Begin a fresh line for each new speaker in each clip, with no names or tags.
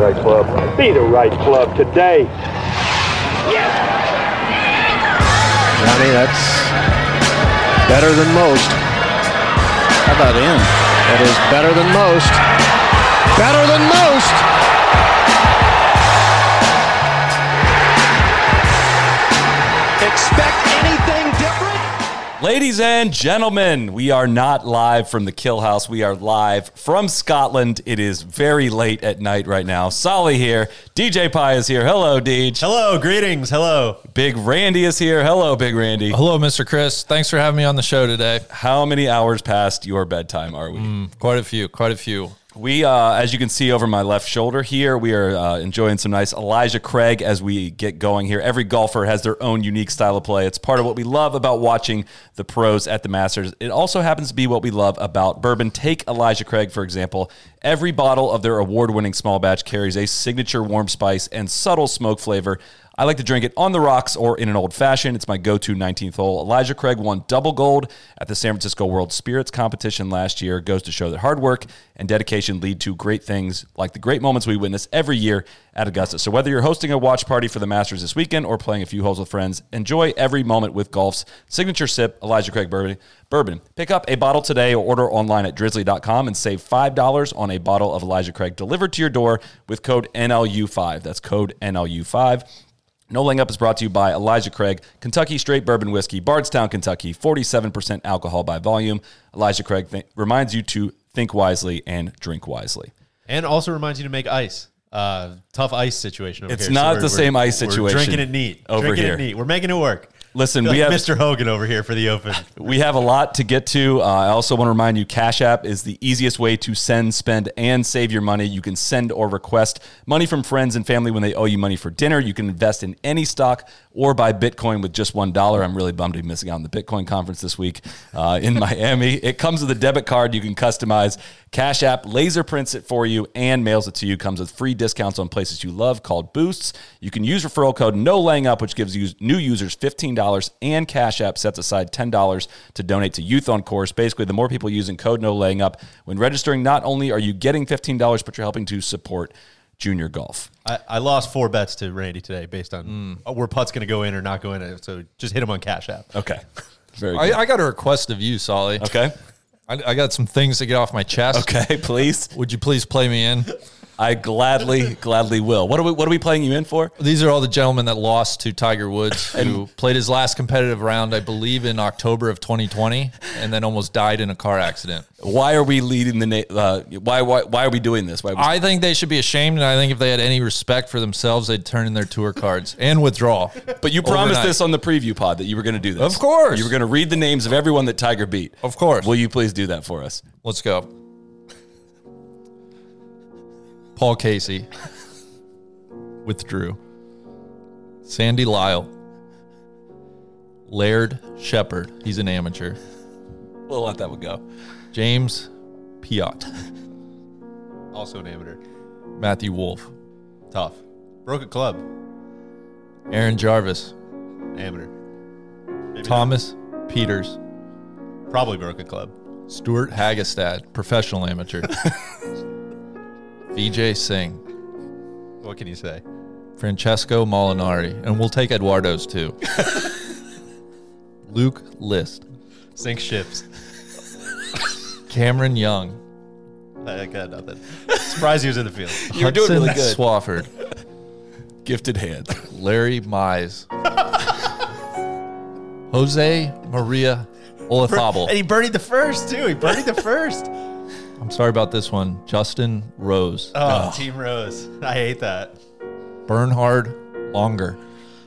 right club. Be the right club today.
Johnny, that's better than most. How about him? That is better than most. Better than most.
Expect anything different?
Ladies and gentlemen, we are not live from the Kill House. We are live from Scotland. It is very late at night right now. Solly here. DJ Pie is here. Hello, Deej.
Hello, greetings. Hello.
Big Randy is here. Hello, Big Randy.
Hello, Mr. Chris. Thanks for having me on the show today.
How many hours past your bedtime are we?
Quite a few, quite a few.
We, uh, as you can see over my left shoulder here, we are uh, enjoying some nice Elijah Craig as we get going here. Every golfer has their own unique style of play. It's part of what we love about watching the pros at the Masters. It also happens to be what we love about bourbon. Take Elijah Craig, for example. Every bottle of their award winning small batch carries a signature warm spice and subtle smoke flavor. I like to drink it on the rocks or in an old fashioned. It's my go to 19th hole. Elijah Craig won double gold at the San Francisco World Spirits competition last year. It Goes to show that hard work and dedication lead to great things like the great moments we witness every year at Augusta. So, whether you're hosting a watch party for the Masters this weekend or playing a few holes with friends, enjoy every moment with golf's signature sip, Elijah Craig Bourbon. Bourbon. Pick up a bottle today or order online at drizzly.com and save $5 on a bottle of Elijah Craig delivered to your door with code NLU5. That's code NLU5. No Laying Up is brought to you by Elijah Craig, Kentucky Straight Bourbon Whiskey, Bardstown, Kentucky, 47% alcohol by volume. Elijah Craig th- reminds you to think wisely and drink wisely.
And also reminds you to make ice. Uh, tough ice situation. Over
It's
here.
not the
we're- we're-
same ice
we're
situation
drinking it neat.
over
drinking
here.
it neat. We're making it work.
Listen,
Feel
we
like
have-
Mr. Hogan over here for the Open.
We have a lot to get to. Uh, I also want to remind you Cash App is the easiest way to send, spend, and save your money. You can send or request money from friends and family when they owe you money for dinner. You can invest in any stock or buy Bitcoin with just $1. I'm really bummed to be missing out on the Bitcoin conference this week uh, in Miami. It comes with a debit card you can customize. Cash App laser prints it for you and mails it to you. Comes with free discounts on places you love called Boosts. You can use referral code No Laying Up, which gives us- new users fifteen dollars, and Cash App sets aside ten dollars to donate to Youth on Course. Basically, the more people using code No Laying Up when registering, not only are you getting fifteen dollars, but you're helping to support junior golf.
I, I lost four bets to Randy today based on
Mm.
oh, where putts going to go in or not go in. uh, So just hit him on Cash App.
Okay, very
I,
good.
I got a request of you, Solly.
okay,
I, I got some things to get off my chest.
okay, please.
Would you please play me in?
I gladly, gladly will. What are we? What are we playing you in for?
These are all the gentlemen that lost to Tiger Woods, who played his last competitive round, I believe, in October of 2020, and then almost died in a car accident.
Why are we leading the? Na- uh, why? Why? Why are we doing this? Why? Are we
I think they should be ashamed, and I think if they had any respect for themselves, they'd turn in their tour cards and withdraw.
But you promised
Overnight.
this on the preview pod that you were going to do this.
Of course.
You were going to read the names of everyone that Tiger beat.
Of course.
Will you please do that for us?
Let's go. Paul Casey withdrew. Sandy Lyle. Laird Shepard. He's an amateur.
We'll let that one go.
James Piot.
Also an amateur.
Matthew Wolf.
Tough. Broke a club.
Aaron Jarvis.
Amateur. Maybe
Thomas Peters.
not. Probably broke a club.
Stuart Hagestad. Professional amateur. VJ Singh.
What can you say?
Francesco Molinari. And we'll take Eduardo's too. Luke List.
Sink ships.
Cameron Young.
I I got nothing. Surprised he was in the field.
You were doing
Hudson
really good.
Swafford,
Gifted hands.
Larry Mize, Jose Maria
And
Olazabal.
he birdied the first, too. He birdied the first.
I'm sorry about this one. Justin Rose,
Oh, Team Rose. I hate that.
Bernhard Longer.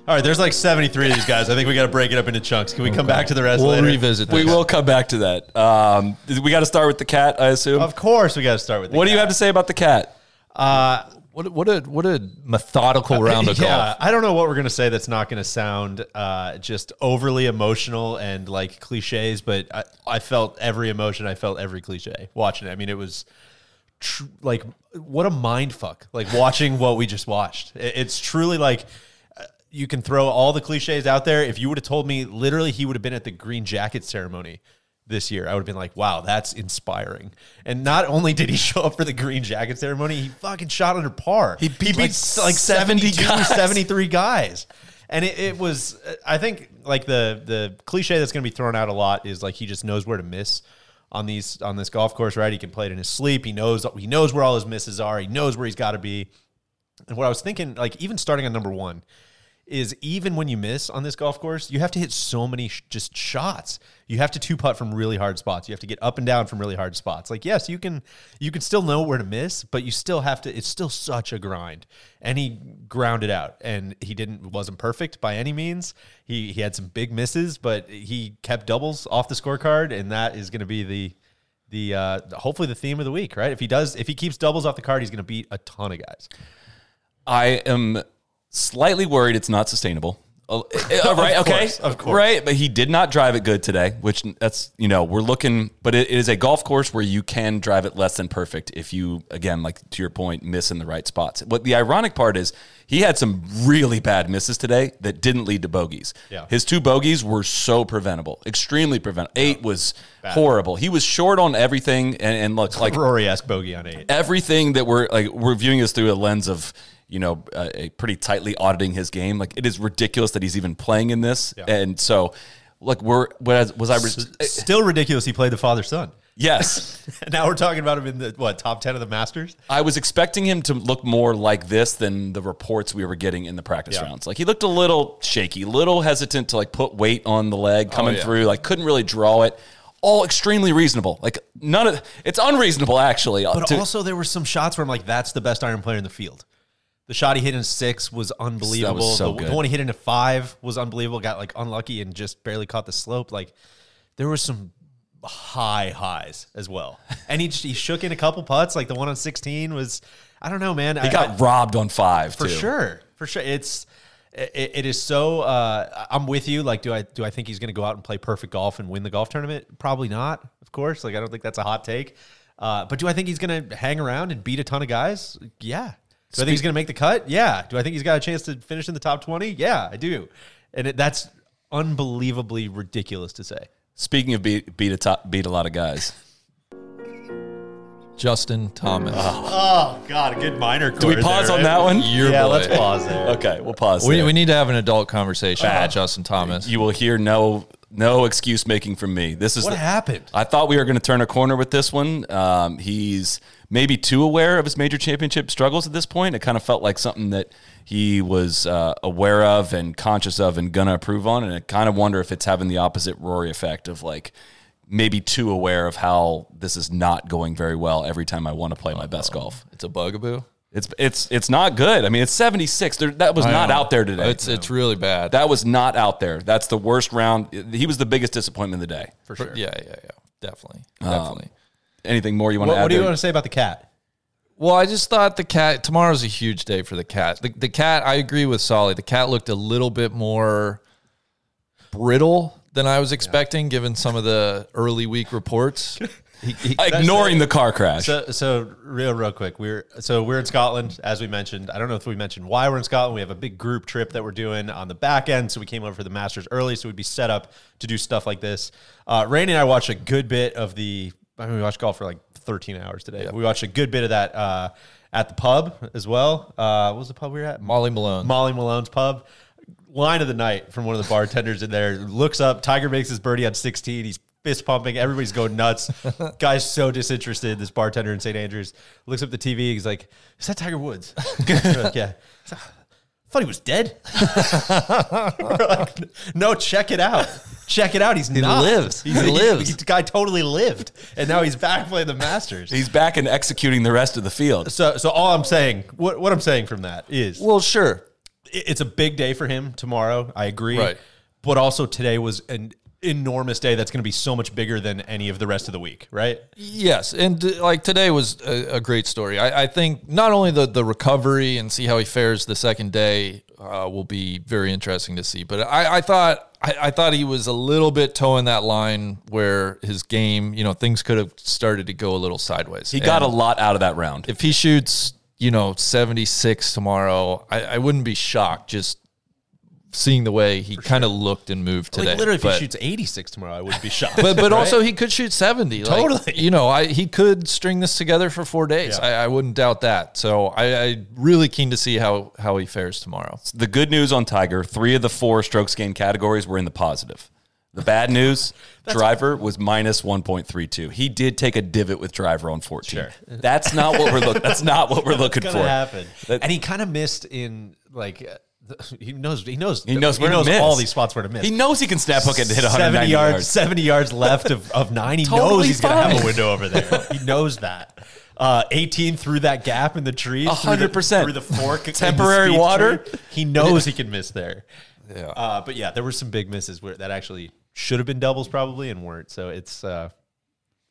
All right, there's like 73 of these guys. I think we got to break it up into chunks. Can we come back to the rest
We'll
later?
revisit.
We
This.
will come back to that. Um, we got to start with the cat, I assume.
Of course, we got to start with. The
what do you have to say about the cat?
Uh,
What, what a what a
Uh,
methodical round of
yeah,
golf.
I don't know what we're gonna say that's not gonna sound uh, just overly emotional and like cliches, but I, I felt every emotion. I felt every cliche watching it. I mean, it was tr- like what a mind fuck. Like watching what we just watched. It- it's truly like. uh, You can throw all the cliches out there. If you would have told me, literally, he would have been at the green jacket ceremony this year, I would have been like, wow, that's inspiring. And not only did he show up for the green jacket ceremony, he fucking shot under par.
He beat like 70 guys.
73 guys. And it, it was, uh, I think, like the the cliche that's going to be thrown out a lot is like he just knows where to miss on these on this golf course, right? He can play it in his sleep. He knows he knows where all his misses are. He knows where he's got to be. And what I was thinking, like even starting on number one, is even when you miss on this golf course, you have to hit so many sh- just shots. You have to two putt from really hard spots. You have to get up and down from really hard spots. Like yes, you can you can still know where to miss, but you still have to. It's still such a grind. And he grounded out, and he didn't wasn't perfect by any means. He he had some big misses, but he kept doubles off the scorecard, and that is going to be the the uh, hopefully the theme of the week, right? If he does, if he keeps doubles off the card, he's going to beat a ton of guys.
I am slightly worried it's not sustainable. Uh, uh, right? okay.
course, of course.
Right. But he did not drive it good today, which that's, you know, we're looking, but it, it is a golf course where you can drive it less than perfect if you, again, like to your point, miss in the right spots. But the ironic part is he had some really bad misses today that didn't lead to bogeys.
Yeah.
His two bogeys were so preventable, extremely preventable. Eight was horrible. He was short on everything. And, and look, like
Rory esque bogey on eight.
everything that we're like we're viewing this through a lens of you know uh, a pretty tightly auditing his game like it is ridiculous that he's even playing in this and so like we're what was i was
Still ridiculous. He played the father son.
yes
now we're talking about him in the what top ten of the Masters.
i was expecting him to look more like this than the reports we were getting in the practice
Yeah.
rounds like he looked a little shaky little hesitant to like put weight on the leg
Oh,
coming
yeah.
through like couldn't really draw it all extremely reasonable like none of it's unreasonable actually
But
to-
also there were some shots where I'm like, that's the best iron player in the field. The shot he hit in six was unbelievable.
so
the, the
good.
one he hit into five was unbelievable. Got like unlucky and just barely caught the slope. Like there were some high highs as well. And he he shook in a couple putts. Like the one on sixteen was, I don't know, man.
he got robbed on five
for
too.
sure for sure it's it, it is so uh i'm with you like do i do i think he's gonna go out and play perfect golf and win the golf tournament probably not of course like i don't think that's a hot take uh but do i think he's gonna hang around and beat a ton of guys yeah do i think he's gonna make the cut yeah do i think he's got a chance to finish in the top 20 yeah i do and it, that's unbelievably ridiculous to say
Speaking of beat beat a top, beat a lot of guys.
Justin Thomas.
Ah,
oh god a good minor
Do we pause on that one?
Your
yeah
boy.
let's pause there
Okay, we'll pause.
We,
there.
we need to have an adult conversation about Justin Thomas.
you will hear no no excuse making from me. This is
what
the-
happened
I thought we were going to turn a corner with this one. Um, he's maybe too aware of his major championship struggles at this point. It kind of felt like something that he was uh, aware of and conscious of and going to improve on. And I kind of wonder if it's having the opposite Rory effect of like maybe too aware of how this is not going very well every time I want to play my best golf.
It's a bugaboo.
It's it's it's not good. I mean, it's 76. There, that was not out there today.
It's it's really bad.
that was not out there. That's the worst round. He was the biggest disappointment of the day. Um,
for sure
yeah, yeah, yeah. Definitely. Definitely.
Anything more you want
what,
to add?
what do you
there?
want to say about the cat
Well, I just thought the cat tomorrow's a huge day for the cat. The, the cat, I agree with Solly. The cat looked a little bit more brittle than I was expecting given some of the early week reports. He- he-
ignoring the car crash.
So, so real, real quick, we're so we're in Scotland, as we mentioned. I don't know if we mentioned why we're in Scotland. We have a big group trip that we're doing on the back end, so we came over for the Masters early, so we'd be set up to do stuff like this. Uh, Rainey and I watched a good bit of the. I mean, we watched golf for like 13 hours today. We watched a good bit of that uh, at the pub as well. Uh, what was the pub we were at?
Molly Malone.
Molly Malone's pub. Line of the night from one of the bartenders in there. Looks up. Tiger makes his birdie on 16. He's fist pumping. Everybody's going nuts. Guy's so disinterested. This bartender in St. Andrews looks up the TV. He's like, Is that Tiger Woods? We're like, yeah. He's like, I thought he was dead. We're like, no, check it out. Check it out. He's he
lives. He lives.
the guy totally lived, and now he's back playing the Masters.
He's back and executing the rest of the field.
So, so all I'm saying, what what I'm saying from that is,
well, sure.
it- it's a big day for him tomorrow. I agree.
Right.
But also today was an enormous day that's going to be so much bigger than any of the rest of the week, right?
Yes, and uh, like today was a, a great story. I, I think not only the the recovery and see how he fares the second day uh, will be very interesting to see. But I, I thought I, I thought he was a little bit toeing that line where his game, you know, things could have started to go a little sideways.
He got
And
a lot out of that round.
if he shoots, you know, seventy six tomorrow, I, I wouldn't be shocked. Just seeing the way he kind of looked and moved today.
Like literally, if he
but-
shoots 86 tomorrow, I wouldn't be shocked.
but but also he could shoot 70 Like,
Totally.
you know I, he could string this together for four days
Yeah.
I, I wouldn't doubt that so I, I really keen to see how how he fares tomorrow
The good news on Tiger, three of the four strokes gain categories were in the positive. The bad news, driver was minus 1.32. He did take a divot with driver on 14. That's not what we're looking that's not what we're looking
gonna
for.
happen.
That-
and he kind of missed in like uh, the- he knows he knows
He knows where to miss.
all these spots where to miss.
He knows he can snap hook and hit 190
seventy yards,
yards.
seventy yards left of, of nine. He
Totally
knows he's gonna have
fine.
a window over there. he knows that. Uh, Eighteen through that gap in the trees, through the-
100%.
through the fork, in the
Temporary
speed
water.
tree. He knows he can miss there. Yeah, uh, but yeah, there were some big misses where that actually should have been doubles probably and weren't. So it's uh,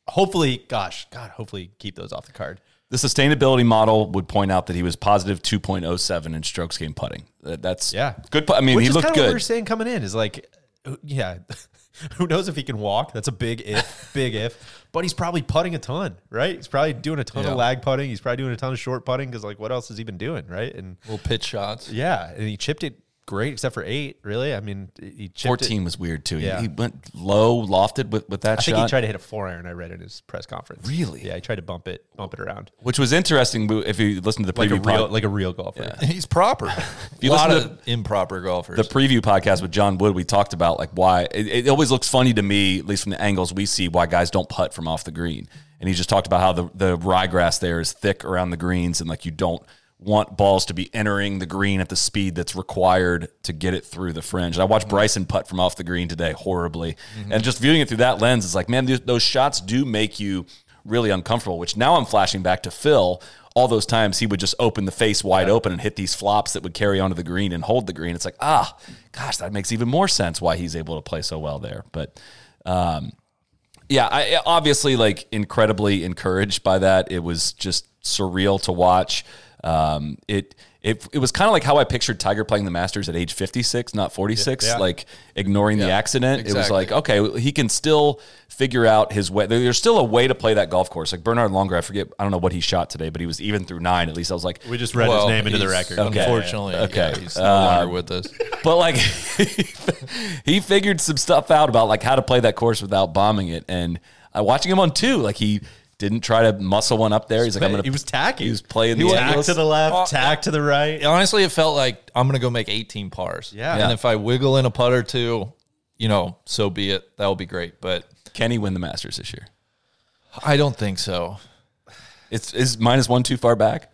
hopefully, gosh, God, hopefully keep those off the card.
The sustainability model would point out that he was positive 2.07 in strokes game putting. That- That's
Yeah,
good. pu- I mean,
Which
he
is
looked
kinda What we
good.
were saying coming in is like, who- yeah, who knows if he can walk? That's a big if, big if. But he's probably putting a ton, right? He's probably doing a ton
Yeah.
of lag putting. He's probably doing a ton of short putting because like, what else has he been doing, right? And
little pitch shots
yeah, and he chipped it great except for eight. Really, I mean, he chipped It.
14 was weird too. He-
Yeah.
He, went low, lofted with, with that
I
shot.
think he tried to hit a four iron. I read in his press conference.
Really?
Yeah, he tried to bump it, bump it around
which was interesting bu- if you listen to the
like a
preview
real,
pod-
like a real golfer.
he's proper a
you
lot
listen to
of improper golfers
the preview podcast with John Wood, we talked about like why it, it always looks funny to me, at least from the angles we see, why guys don't putt from off the green. And he just talked about how the, the ryegrass there is thick around the greens and like you don't want balls to be entering the green at the speed that's required to get it through the fringe. And I watched Bryson putt from off the green today horribly. And just viewing it through that lens, it's like, man, th- those shots do make you really uncomfortable, which now I'm flashing back to Phil. All those times he would just open the face wide open and hit these flops that would carry onto the green and hold the green. It's like, ah, gosh, that makes even more sense why he's able to play so well there. But um, yeah, I I- obviously like incredibly encouraged by that. It was just surreal to watch. Um, it it it was kind of like how I pictured Tiger playing the Masters at age fifty six, not forty six.
Yeah.
Like ignoring the accident, it was
exactly.
like okay, he can still figure out his way. There- There's still a way to play that golf course. Like Bernard Longer, I forget, I don't know what he shot today, but he was even through nine. At least I was like,
We just read
Well,
his name into the
he's- Um,
record.
Okay.
unfortunately
Okay.
yeah, he's no longer with us
but like he figured some stuff out about like how to play that course without bombing it and uh, watching him on two like he didn't try to muscle one up there he's like i'm gonna
He was tacking.
he was playing the
tack
angles.
to the left,
Oh,
tack to the right.
honestly it felt like I'm gonna go make 18 pars
Yeah.
and if I wiggle in a putt or two you know so be it that would be great but
can he win the masters this year
I don't think so
it's is minus one too far back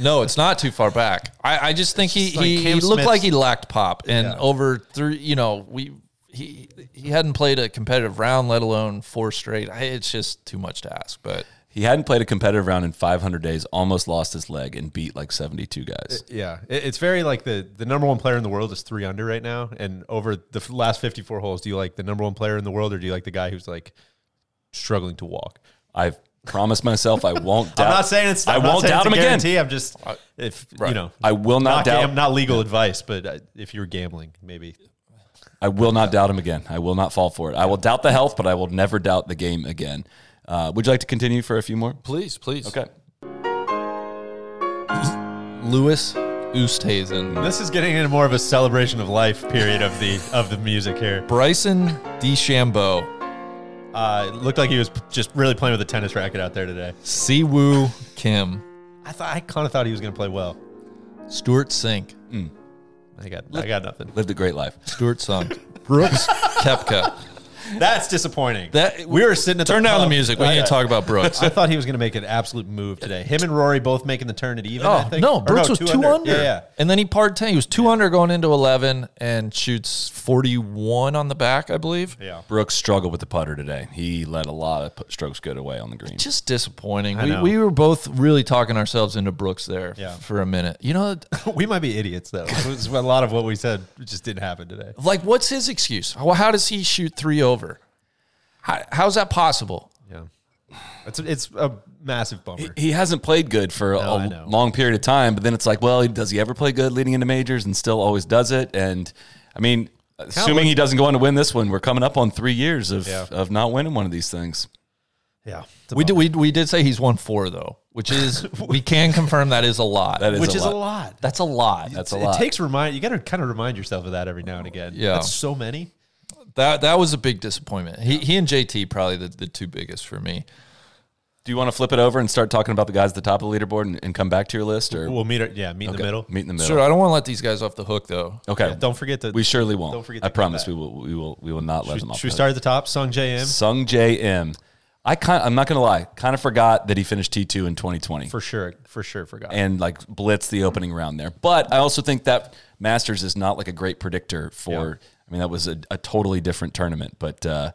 No, it's not too far back. I, I just think he,
like
he, he
Cam
looked
Smith's-
like he lacked pop, and
Yeah.
over three, you know, we he he hadn't played a competitive round, let alone four straight. I, it's just too much to ask. But
he hadn't played a competitive round in 500 days almost lost his leg and beat like 72 guys
Yeah, it, it's very like the the number one player in the world is three under right now, and over the f- last fifty four holes, do you like the number one player in the world, or do you like the guy who's like struggling to walk?
i've promised myself i won't doubt
Uh, I'm not saying it's.
i
I'm not
won't
saying
doubt
it's a
him again
guarantee, I'm just if you know.
I will not doubt-
gam- not legal advice, but uh, if you're gambling, maybe
I will not doubt him again. I will not fall for it. I will doubt the health, but I will never doubt the game again. Uh, would you like to continue for a few more?
please, please,
Okay.
Lewis Oosthuizen,
this is getting into more of a celebration of life period of the of the music here.
Bryson DeChambeau,
Uh, it looked like he was p- just really playing with a tennis racket out there today.
Siwoo Kim,
I thought I kind of thought he was going to play well.
Stuart Sink,
I got I got nothing.
Lived a great life.
Stuart Sung, Brooks Kepka.
That's disappointing.
That
we were sitting at
Turn
the
down the
pub.
music. We need
Yeah.
Uh,
to talk about Brooks.
Uh, I thought he was going to make an absolute move today. Him and Rory both making the turn at even. I
Oh
think.
no,
Or
Brooks was two under.
Yeah, yeah.
and then he parred ten. He was two under going into eleven, and shoots forty one on the back, I believe.
Yeah.
Brooks struggled with the putter today. He let a lot of put- strokes go away on the green.
Just disappointing.
know.
We, we were both really talking ourselves into Brooks there
Yeah.
for a minute. You know,
We might be idiots though. It was- a lot of what we said just didn't happen today.
like what's his excuse? How, how does he shoot three over? How, how's that possible?
Yeah, it's it's a massive bummer.
He hasn't played good for
I
a
know.
long period of time, but then it's like, well, does he ever play good leading into majors and still always does it? And I mean, assuming he doesn't go on to win this one, we're coming up on three years of,
Yeah.
of not winning one of these things.
Yeah,
We did, we, we did say he's won four though. which is we can confirm that is a lot.
That is
Which
a
is
lot.
a lot.
That's a lot.
That's a
it
lot.
takes remind. You got to kind of remind yourself of that every now and again.
Yeah.
that's so many.
That that was a big disappointment. He he and JT probably the, the two biggest for me.
Do you want to flip it over and start talking about the guys at the top of the leaderboard and, and come back to your list, or
We'll meet. Our, yeah, meet in the
Okay,
middle.
Meet in the middle.
Sure, I don't want to let these guys off the hook though.
Okay.
Don't forget to.
we surely won't.
Don't forget
I
to come
promise
back.
we will. We will. We will not let
Should,
them off.
should we
the hook.
start at the top? Sung J M
Sung J M. I kind. I'm not gonna lie. Kind of forgot that he finished T two in 2020
for sure. For sure. Forgot.
and like blitzed the opening round there. But I also think that Masters is not like a great predictor for. I mean, that was a, a totally different tournament, but. uh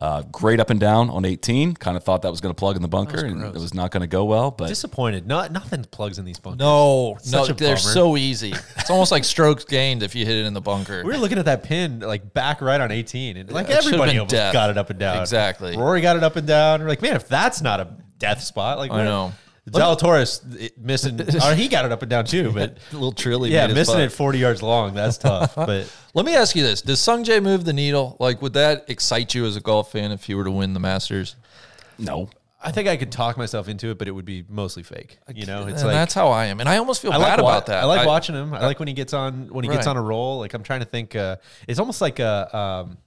uh, great up and down on 18. Kind of thought that was going to plug in the bunker, and it was not going to go well. But
Disappointed. Not nothing plugs in these bunkers.
No,
Such
no,
a
they're
bummer.
so easy. It's almost like strokes gained if you hit it in the bunker.
We were looking at that pin like back right on 18, and like
it should've
everybody
been
almost
death.
got it up and down.
Exactly.
Rory got it up and down. We're like, man, if that's not a death spot, like
I
man,
know.
Del Torres it- missing. or he got it up and down too, but
little trilly.
yeah,
made his
missing
putt.
it 40 yards long. That's tough. But
Let me ask you this: Does Sung Jae move the needle? Like, would that excite you as a golf fan if he were to win the Masters?
no,
I think I could talk myself into it, but it would be mostly fake. You know, it's
and
like
that's how I am, and I almost feel
I
bad
like wa-
about that.
I like watching him. I like when he gets on when he gets
Right.
on a roll. Like I'm trying to think. Uh, it's almost like a. Um,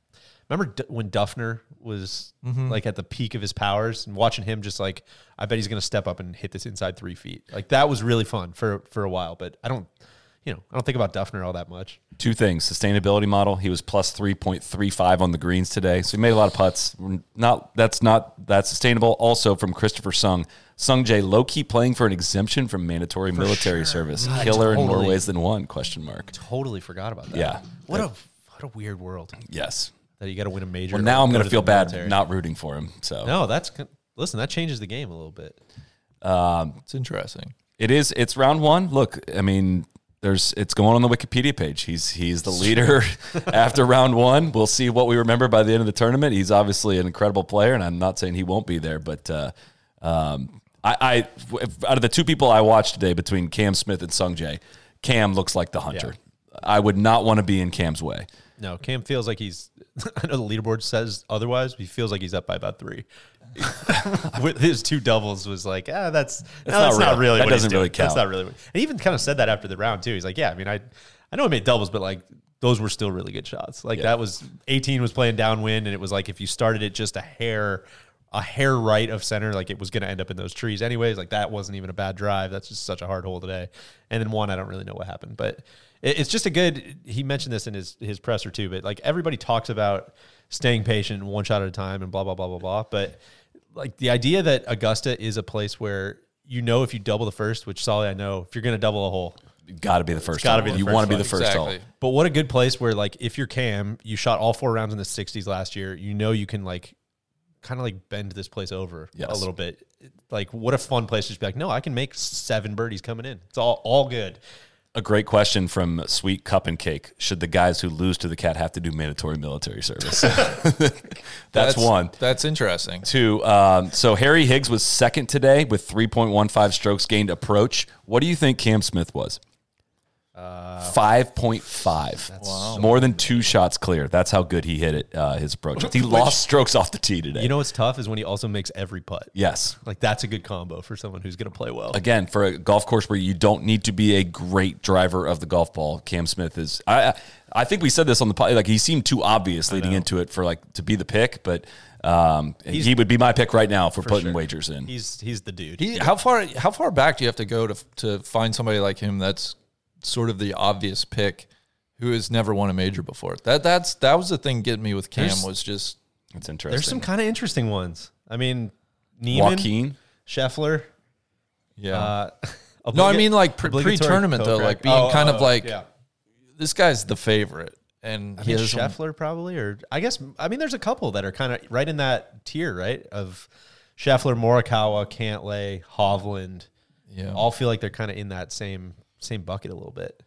remember D- when Duffner was
Mm-hmm.
like at the peak of his powers and watching him just like I bet he's gonna step up and hit this inside three feet. Like that was really fun for for a while. But I don't, you know, I don't think about Duffner all that much.
Two things: sustainability model. He was plus three point three five on the greens today, so he made a lot of putts. Not that's not that sustainable. Also from Christopher Sung, Sung Jae low key playing for an exemption from mandatory military service. Killer in more
totally.
ways than one? Question mark.
Totally forgot about that.
Yeah.
What a what a weird world
Yes.
that you got to win a major.
Well,
or
now I'm
go
gonna
the
feel bad
military.
not rooting for him. So
No, that's con- listen. That changes the game a little bit.
It's interesting.
it is. It's round one. Look, I mean. There's, it's going on the Wikipedia page. He's he's the leader after round one. We'll see what we remember by the end of the tournament. He's obviously an incredible player, and I'm not saying he won't be there, but uh, Um, I, I if- out of the two people I watched today between Cam Smith and Sung Jae, Cam looks like the hunter. I would not want to be in Cam's way.
No, Cam feels like he's. I know the leaderboard says otherwise, but he feels like he's up by about three. With his two doubles was like, ah, that's no,
not
that's not,
real.
really.
That
what he's
doesn't really
doing. That's
count.
not really. What, and he even kind of said that after the round too. He's like, yeah, I mean, I, I know I made doubles, but like those were still really good shots. Like that was 18 was playing downwind, and it was like if you started it just a hair, a hair right of center, like it was going to end up in those trees anyways. Like that wasn't even a bad drive. That's just such a hard hole today. And then one, I don't really know what happened, but it, it's just a good. He mentioned this in his his presser too, but like everybody talks about staying patient, one shot at a time, and blah blah blah blah blah. But like the idea that Augusta is a place where you know if you double the first, which Solly I know, if you're going to double a hole.
Got to be the first.
gotta
hole.
be the
you
first
want to be
one.
the first hole.
Exactly.
But what a good place where like if you're Cam, you shot all four rounds in the 60s last year, you know you can like kind of like bend this place over
Yes.
a little bit. Like what a fun place to just be like, no, I can make seven birdies coming in. It's all all good.
A great question from Sweet Cup and Cake: Should the guys who lose to the cat have to do mandatory military service? that's, one.
That's interesting.
Two. Um, so Harry Higgs was second today with three point one five strokes gained approach. What do you think Cam Smith was?
Uh,
Five point five, more than two shots clear. That's how good he hit it. Uh, his approach. He lost strokes off the tee today.
You know what's tough is when he also makes every putt.
yes.
Like that's a good combo for someone who's going to play well.
Again, for a golf course where you don't need to be a great driver of the golf ball, Cam Smith is. I I- I think we said this on the pod. Like he seemed too obvious leading into it for like to be the pick, but um, he would be my pick right now if we're putting wagers in.
He's he's the dude.
He, how far how far back do you have to go to to find somebody like him that's sort of the obvious pick who has never won a major before? That that's that was the thing getting me with Cam
There's-
was just
It's interesting.
There's some kind of interesting ones. I mean, Neiman,
Joaquin.
Scheffler.
yeah.
Uh,
no, I
obliga-
mean like pre-
obligatory
pre-tournament
toe
though,
crack.
like being
Oh,
kind
oh,
of
oh,
like
yeah.
this guy's the favorite, and
I
he
mean,
has
Scheffler probably, or I guess I mean, there's a couple that are kind of right in that tier, right? Of Scheffler, Morikawa, Cantlay, Hovland,
yeah.
all feel like they're kind of in that same same bucket a little bit.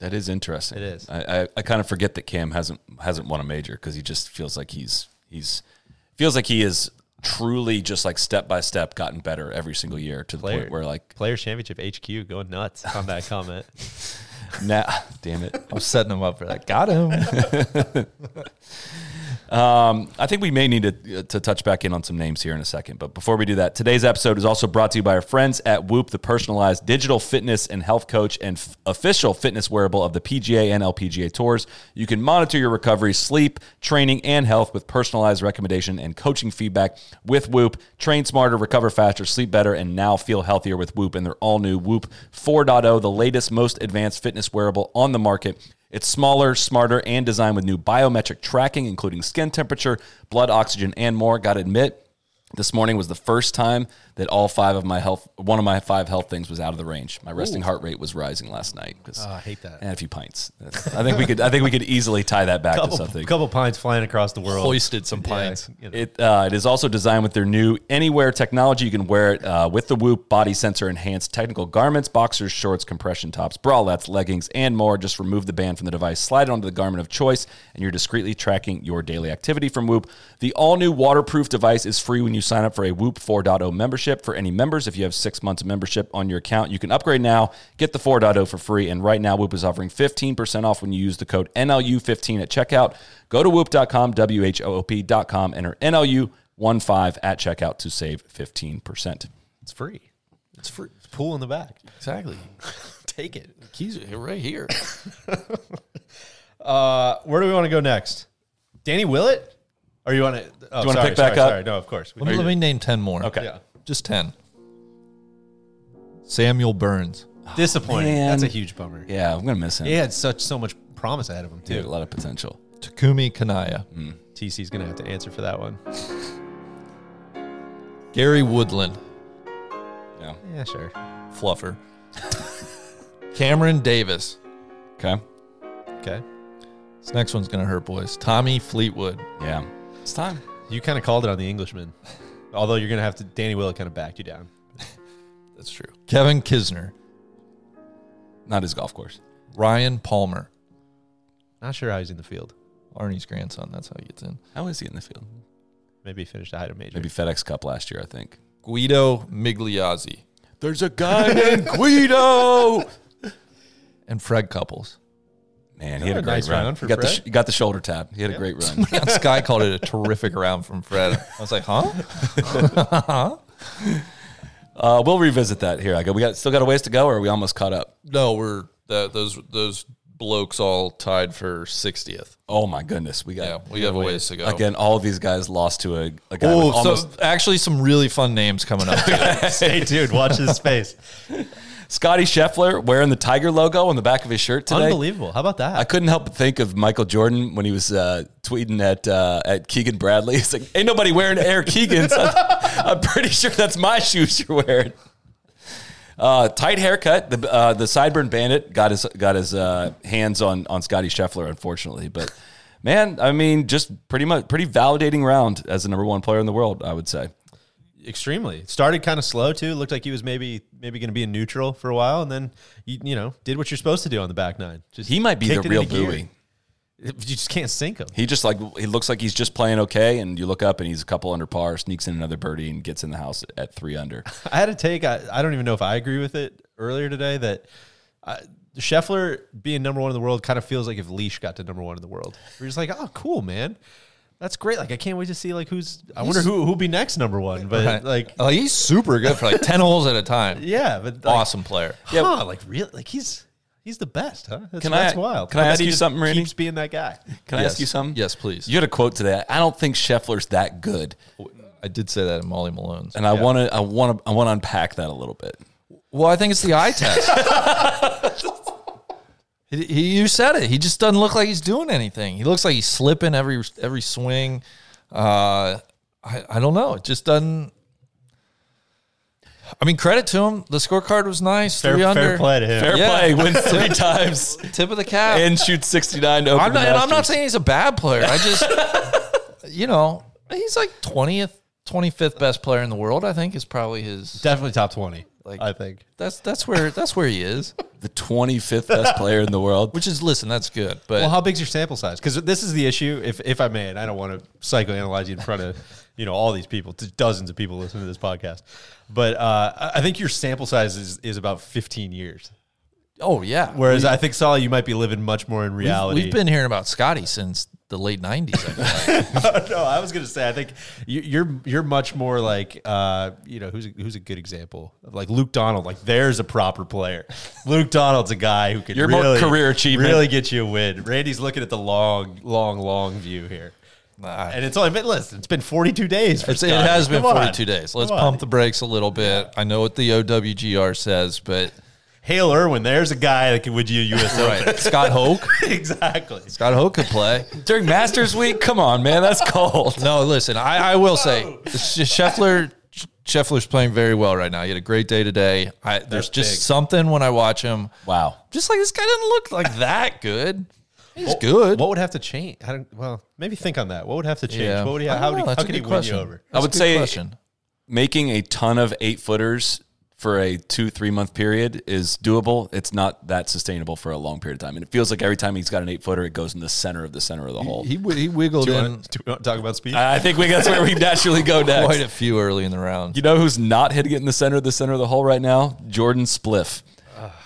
That is interesting.
It is.
I, I, I kind of forget that Cam hasn't hasn't won a major because he just feels like he's he's feels like he is truly just like step by step gotten better every single year to the
Player-
point where like
Players Championship HQ going nuts on that comment.
now damn it
I'm setting him up for that. Got him.
Um, I think we may need to, uh, to touch back in on some names here in a second. But before we do that, today's episode is also brought to you by our friends at Whoop, the personalized digital fitness and health coach and f- official fitness wearable of the PGA and LPGA tours. You can monitor your recovery, sleep, training, and health with personalized recommendation and coaching feedback with Whoop. Train smarter, recover faster, sleep better, and now feel healthier with Whoop and their all new Whoop 4.0, the latest, most advanced fitness wearable on the market. It's smaller, smarter, and designed with new biometric tracking, including skin temperature, blood oxygen, and more. Gotta admit, this morning was the first time that all five of my health, one of my five health things was out of the range. My resting heart rate was rising last night because I
Ah, hate that.
and a few pints. That's- I think we could, I think we could easily tie that back to
couple,
something.
couple pints flying across the world.
Hoisted some
Yeah,
pints.
you know.
It, uh, it is also designed with their new anywhere technology. You can wear it uh, with the Whoop body sensor enhanced technical garments, boxers, shorts, compression tops, bralettes, leggings, and more. Just remove the band from the device, slide it onto the garment of choice, and you're discreetly tracking your daily activity from Whoop. The all new waterproof device is free when you sign up for a Whoop 4.0 membership. For any members, if you have six months of membership on your account, you can upgrade now, get the 4.0 for free. And right now, Whoop is offering 15% off when you use the code NLU15 at checkout. Go to whoop.com, W H O O P.com, enter NLU15 at checkout to save 15%.
it's free. It's free. It's pool in the back.
Exactly.
Take it.
Keys are right here.
Uh, where do we want to go next? Danny Willett? Or you want to? Oh,
you wanna
sorry,
pick back
sorry,
up?
Sorry. No, of course. We-
Let me, let me name 10 more.
Okay.
Yeah.
Just 10. Samuel Burns.
Disappointing.
Man.
That's a huge bummer.
Yeah, I'm going to miss him.
He had such so much promise ahead of him
Dude, a
too.
lot of potential.
Takumi Kanaya.
Mm. TC's gonna have to answer for that one.
Gary Woodland.
Yeah.
Yeah, sure.
Fluffer. Cameron Davis.
Okay.
Okay.
This next one's going to hurt, boys. Tommy Fleetwood.
Yeah. It's time.
You kind of called it on the Englishman, although you're gonna have to. Danny Willett kind of backed you down.
That's true. Kevin Kisner.
Not his golf course.
Ryan Palmer.
Not sure how he's in the field.
Arnie's grandson. That's how he gets in.
How is he in the field?
Maybe he finished ahead of major.
Maybe FedEx Cup last year, I think.
Guido Migliazzi.
There's a guy named Guido.
And Fred Couples.
Man, he had a
Another
great
nice
run.
round for
he got the
Fred.
sh- he got the shoulder tap. He had a great run.
Sky called it a terrific round from Fred. I was like, huh?
Uh, we'll revisit that here. I go. We got still got a ways to go, or are we almost caught up?
No, we're the, those those blokes all tied for 60th.
Oh my goodness, we got
Yeah, we have a ways to go.
again. All of these guys lost to a, a guy.
Oh,
with almost,
so actually, some really fun names coming up. too.
Stay tuned. Watch his face.
Scotty Scheffler wearing the tiger logo on the back of his shirt today.
Unbelievable. How about that?
I couldn't help but think of Michael Jordan when he was uh, tweeting at uh, at Keegan Bradley. He's like, "Ain't nobody wearing Air Keegans. I'm, I'm pretty sure that's my shoes you're wearing." Uh, tight haircut. The uh, the sideburn bandit got his got his uh, hands on on Scotty Scheffler, unfortunately. But man, I mean, just pretty much pretty validating round as the number one player in the world. I would say.
Extremely. It started kind of slow too. It looked like he was maybe maybe going to be in neutral for a while, and then you you know did what you're supposed to do on the back nine. Just
He might be the
kicked it
real
into gear.
buoy.
You just can't sink him.
He just like he looks like he's just playing okay, and you look up and he's a couple under par, sneaks in another birdie, and gets in the house at three under.
I had a take. I, I don't even know if I agree with it earlier today that I, Scheffler being number one in the world kind of feels like if Leash got to number one in the world. We're just like, oh, cool, man. That's great. Like, I can't wait to see like who's. I wonder who who'll be next number one. But like,
like he's super good for like 10 holes at a time.
yeah, but like,
Awesome player.
Yeah, huh, like really, like he's he's the best, huh? That's,
Can I-
that's wild.
can I
bet
ask
he
you
just
something, Randy?
Keeps being that guy.
Can I
Yes.
ask you something?
Yes, please.
You had a quote today. I don't think Scheffler's that good,
I did say that in Molly Malone's.
and I want to, I want to, I want to unpack that a little bit.
Well, I think it's the eye test. he, he, you said it. He just doesn't look like he's doing anything. He looks like he's slipping every every swing. Uh, I I don't know. It just doesn't. I mean, credit to him. The scorecard was nice.
Fair,
three under.
fair play to him.
Fair
Yeah.
play, wins three times,
Tip of the cap.
and shoots sixty nine to open
I'm not,
the
and I'm not
Masters.
saying he's a bad player. I just, you know, he's like 20th, 25th best player in the world. I think is probably his.
Definitely top twenty.
Like-
Like I think
That's that's where that's where he is.
the twenty fifth best player in the world.
Which is listen, that's good, but
Well, how big's your sample size? Because this is the issue. If if I may, and I don't want to psychoanalyze you in front of you know all these people, t- dozens of people listening to this podcast, but uh, I- I think your sample size is is about fifteen years.
Oh yeah.
Whereas I think Salah, you might be living much more in
We've-
reality.
We've, been hearing about Scotty since the late '90s. I feel like.
no, I was gonna say I think you, you're you're much more like uh, you know who's a, who's a good example of like Luke Donald. Like there's a proper player. Luke Donald's a guy who can
Your more
really
career achievement.
really get you a win. Randy's looking at the long, long, long view here, and it's only been listen. It's been 42 days. For
It's, it
Scotty.
has been
Come on.
42 days. Let's
Come on.
pump the brakes a little bit. I know what the OWGR says, but
Hale Irwin. There's a guy that could win you a U.S. Open.
right, Scott Hoke.
exactly.
Scott Hoke could play.
During Masters Week? Come on, man. That's cold.
No, listen, I, I will say Sh- Scheffler. Scheffler's playing very well right now. He had a great day today. I, there's just
big.
something when I watch him.
Wow.
Just like this guy doesn't look like that good. He's good.
What would have to change? I don't, well, maybe think on that. What would have to change?
Yeah.
What would he,
I don't
how, would he,
know. That's
how
a
could
good
he win
question.
you over?
I would
That's a good
say-
question.
making a ton of eight footers for a two three month period is doable it's not that sustainable for a long period of time and it feels like every time he's got an eight footer it goes in the center of the center of the hole
He wi- he wiggled
Do you,
in
want, do we want to talk about speed?
i I think we, that's where we naturally go next
quite a few early in the round.
you know who's not hitting it in the center of the center of the hole right now jordan spliff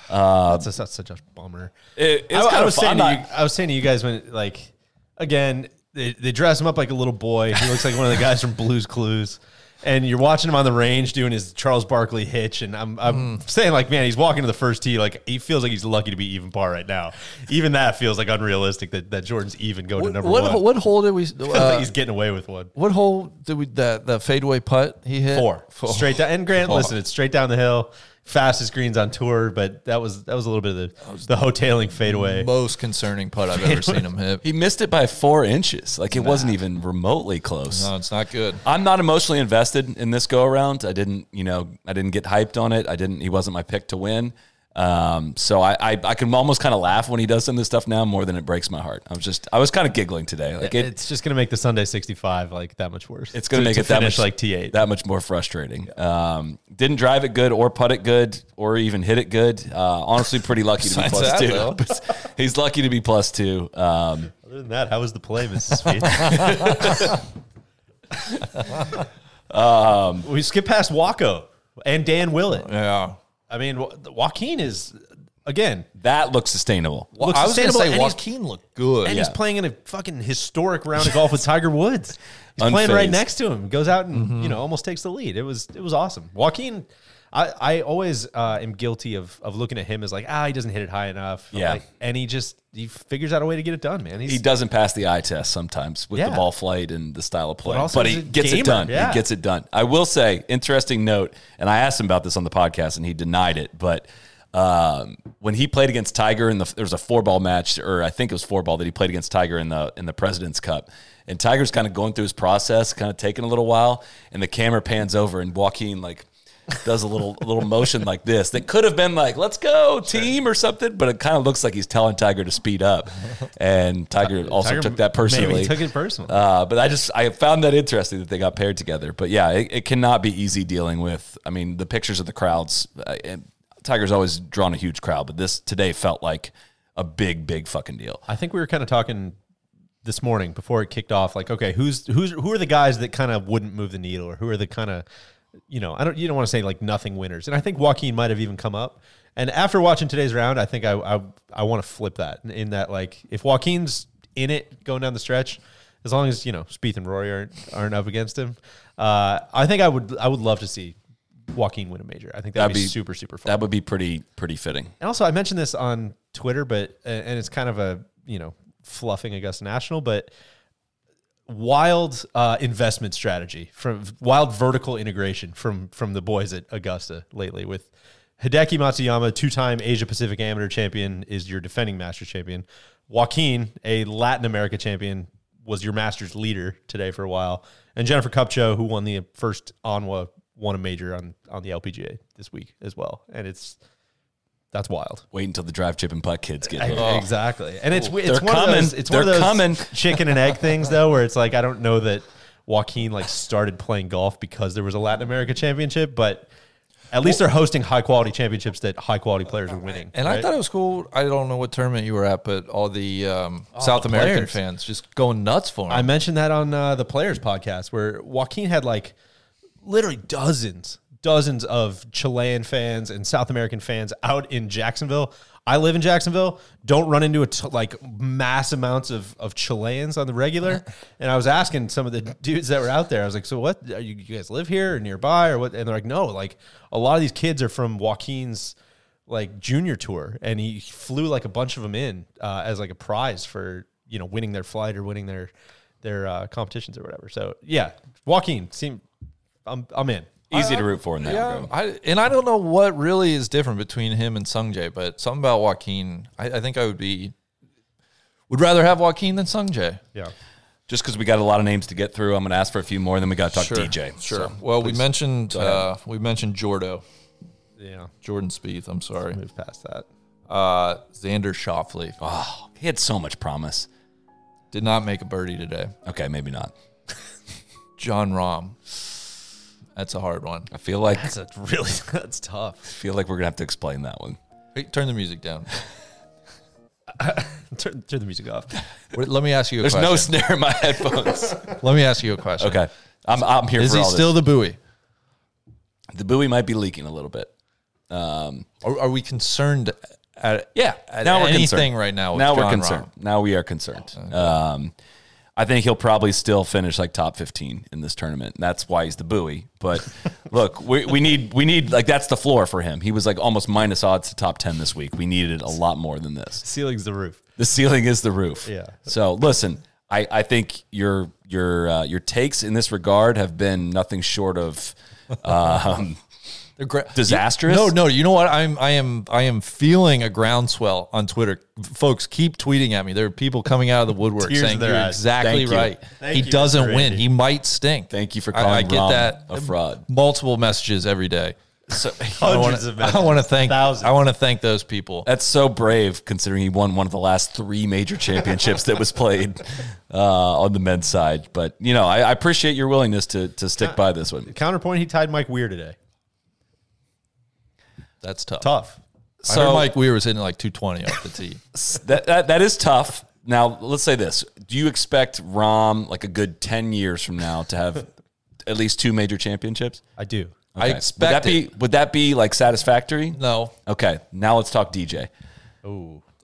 That's, that's such a bummer.
It- it's
I, I
kinda
was
fu- I'm
saying
not-
to you, I was saying to you guys when, like, again, they, they dress him up like a little boy. He looks like one of the guys from Blues Clues. And you're watching him on the range doing his Charles Barkley hitch, and I'm I'm saying like, man, he's walking to the first tee, like he feels like he's lucky to be even par right now. Even that feels like unrealistic that, that Jordan's even going to number
what,
one.
what hole did we?
Feels like
Uh,
he's getting away with one.
what hole did we? That the fadeaway putt he hit
four, straight down. And Grant,
Four.
listen, it's straight down the hill, fastest greens on tour. But that was that was a little bit of the the hoteling fadeaway.
Most concerning putt I've ever seen him hit.
he missed it by four inches like it wasn't even remotely close
No, it's not good.
I'm not emotionally invested in this go around. I didn't, you know, I didn't get hyped on it. I didn't. He wasn't my pick to win. Um, so I, I, I can almost kind of laugh when he does some of this stuff now more than it breaks my heart. I was just, I was kind of giggling today. Like it,
It's just gonna make the Sunday sixty five like that much worse.
it's going to make it that
finish
much
like T eight.
that much more frustrating. Um, didn't drive it good or putt it good or even hit it good. Uh, honestly, pretty lucky to be
Besides
plus
that,
two.
though.
He's lucky to be plus two. Um,
Other than that, how was the play, Mrs. Speed? um, we skip past Waco and Dan Willett.
Yeah.
I mean, Wa- Joaquin is again
that looks sustainable.
looks
I was going to
sustainable,
say
and he's-
Joaquin looked good.
And he's playing in a fucking historic round of golf with Tiger Woods. He's playing
Unfazed. Mm-hmm.
right next to him. Goes out and you know almost takes the lead. It was it was awesome. Joaquin, I I always uh, am guilty of of looking at him as like ah he doesn't hit it high enough.
Yeah.
Like, and he just he figures out a way to get it done, man. He's
he doesn't pass the eye test sometimes with the
Yeah.
ball flight and the style of play, but,
also
he
he's a
gets it
gamer,
done.
yeah.
He gets it done. I will say, interesting note, and I asked him about this on the podcast, and he denied it. But um, when he played against Tiger in the there was a four ball match, or I think it was four ball that he played against Tiger in the in the President's Cup, and Tiger's kind of going through his process, kind of taking a little while, and the camera pans over, and Joaquin like does a little little motion like this that could have been like let's go team or something but it kind of looks like he's telling tiger to speed up and tiger also
Tiger
took that personally
Maybe took it personal.
uh, but i just i found that interesting that they got paired together but yeah it, it cannot be easy dealing with i mean the pictures of the crowds uh, and tiger's always drawn a huge crowd but this today felt like a big big fucking deal
I think we were kind of talking this morning before it kicked off. Like, okay, who's who's who are the guys that kind of wouldn't move the needle, or who are the kind of you know I don't you don't want to say like nothing winners. And I think Joaquin might have even come up. And after watching today's round, I think I I, I want to flip that in, in that like if Joaquin's in it going down the stretch, as long as you know Spieth and Rory aren't aren't up against him, uh, I think I would I would love to see. Joaquin win a major. I think that'd,
That'd
be,
be-
super, super fun.
that would be pretty pretty fitting
And also, I mentioned this on Twitter, but and it's kind of a you know fluffing Augusta National, but wild uh, investment strategy from wild vertical integration from from the boys at Augusta lately with Hideki Matsuyama, two-time Asia Pacific Amateur champion, is your defending Masters champion. Joaquin, a Latin America champion, was your Masters leader today for a while, and Jennifer Cupcho, who won the first Anwa, won a major on on the LPGA this week as well, and it's that's wild.
wait until the drive chip and putt kids get here
I- Exactly, and it's it's
Oh. They're
one of those
coming.
it's one of
They're
those
coming.
chicken and egg things though, where it's like I don't know that Joaquin like started playing golf because there was a Latin America championship, but at least they're hosting high quality championships that high quality players are winning.
And I
right?
thought it was cool. I don't know what tournament you were at, but all the um, South
Oh, the
American
players.
fans just going nuts for him.
I mentioned that on uh, the Players podcast where Joaquin had like literally dozens, dozens of Chilean fans and South American fans out in Jacksonville I live in Jacksonville. Don't run into a t- like mass amounts of of Chileans on the regular. And I was asking some of the dudes that were out there. I was like, "So what? Are you, you guys live here or nearby or what?" And they're like, "No, like a lot of these kids are from Joaquin's." like junior tour and he flew like a bunch of them in uh, as like a prize for you know winning their flight or winning their their uh, competitions or whatever so yeah joaquin seem i'm i'm in
Easy to root for in that
Yeah,
regard.
I, and I don't know what really is different between him and Sungjae, but something about Joaquin. I, I think I would be would rather have Joaquin than Sungjae.
yeah
Just because we got a lot of names to get through, I'm going to ask for a few more, and then we got to talk DJ.
Sure.
So,
well, we mentioned uh, we mentioned Jordo,
yeah
Jordan Spieth. I'm sorry,
move past that
uh, Xander Shoffley
he had so much promise.
did not make a birdie today.
Okay, maybe not.
John Rahm, that's a hard one.
I feel like
that's a really that's tough
feel like we're gonna have to explain that one.
Hey, turn the music down.
turn, turn the music off
Wait, Let me ask you a
There's no
question.
snare in my headphones.
Let me ask you a question.
okay, I'm I'm here
Is
for
he
all this.
still the buoy?
The buoy might be leaking a little bit.
Are, are we concerned at
Yeah,
at
now we're
anything
concerned.
right now with
now we're
John
concerned. Now we are concerned. Um, I think he'll probably still finish like top 15 in this tournament. and That's why he's the buoy. But look, we, we need we need like that's the floor for him. He was like almost minus odds to top 10 this week. We needed a lot more than this.
ceiling's the roof
The ceiling is the roof.
Yeah.
So listen, I, I think your your uh, your takes in this regard have been nothing short of um,
They're gra-
disastrous.
No, no. You know what? I'm, I am, I am feeling a groundswell on Twitter. Folks, keep tweeting at me. There are people coming out of the woodwork
Tears
saying
in their
you're
eyes.
exactly
Thank you.
right.
Thank
he
you, Mr.
doesn't win.
Andy.
He might stink.
Thank you for
I-
calling
I, get
Rom
that
a fraud.
Multiple messages every day.
So,
I wanna-
Hundreds of
I
messages.
want to thank.
Thousands.
I want to thank those people.
that's so brave considering he won one of the last three major championships that was played uh, on the men's side. But you know, I, I appreciate your willingness to to stick by this one.
counterpoint he tied mike weir today
That's tough.
tough
So I heard
So-
Mike Weir was hitting like 220 off the tee.
that, that that is tough. Now, let's say this: Do you expect Rom like a good ten years from now to have at least two major championships?
i do
I
Okay.
expect
would that
it.
be would that be like satisfactory?
No,
Okay, now let's talk DJ.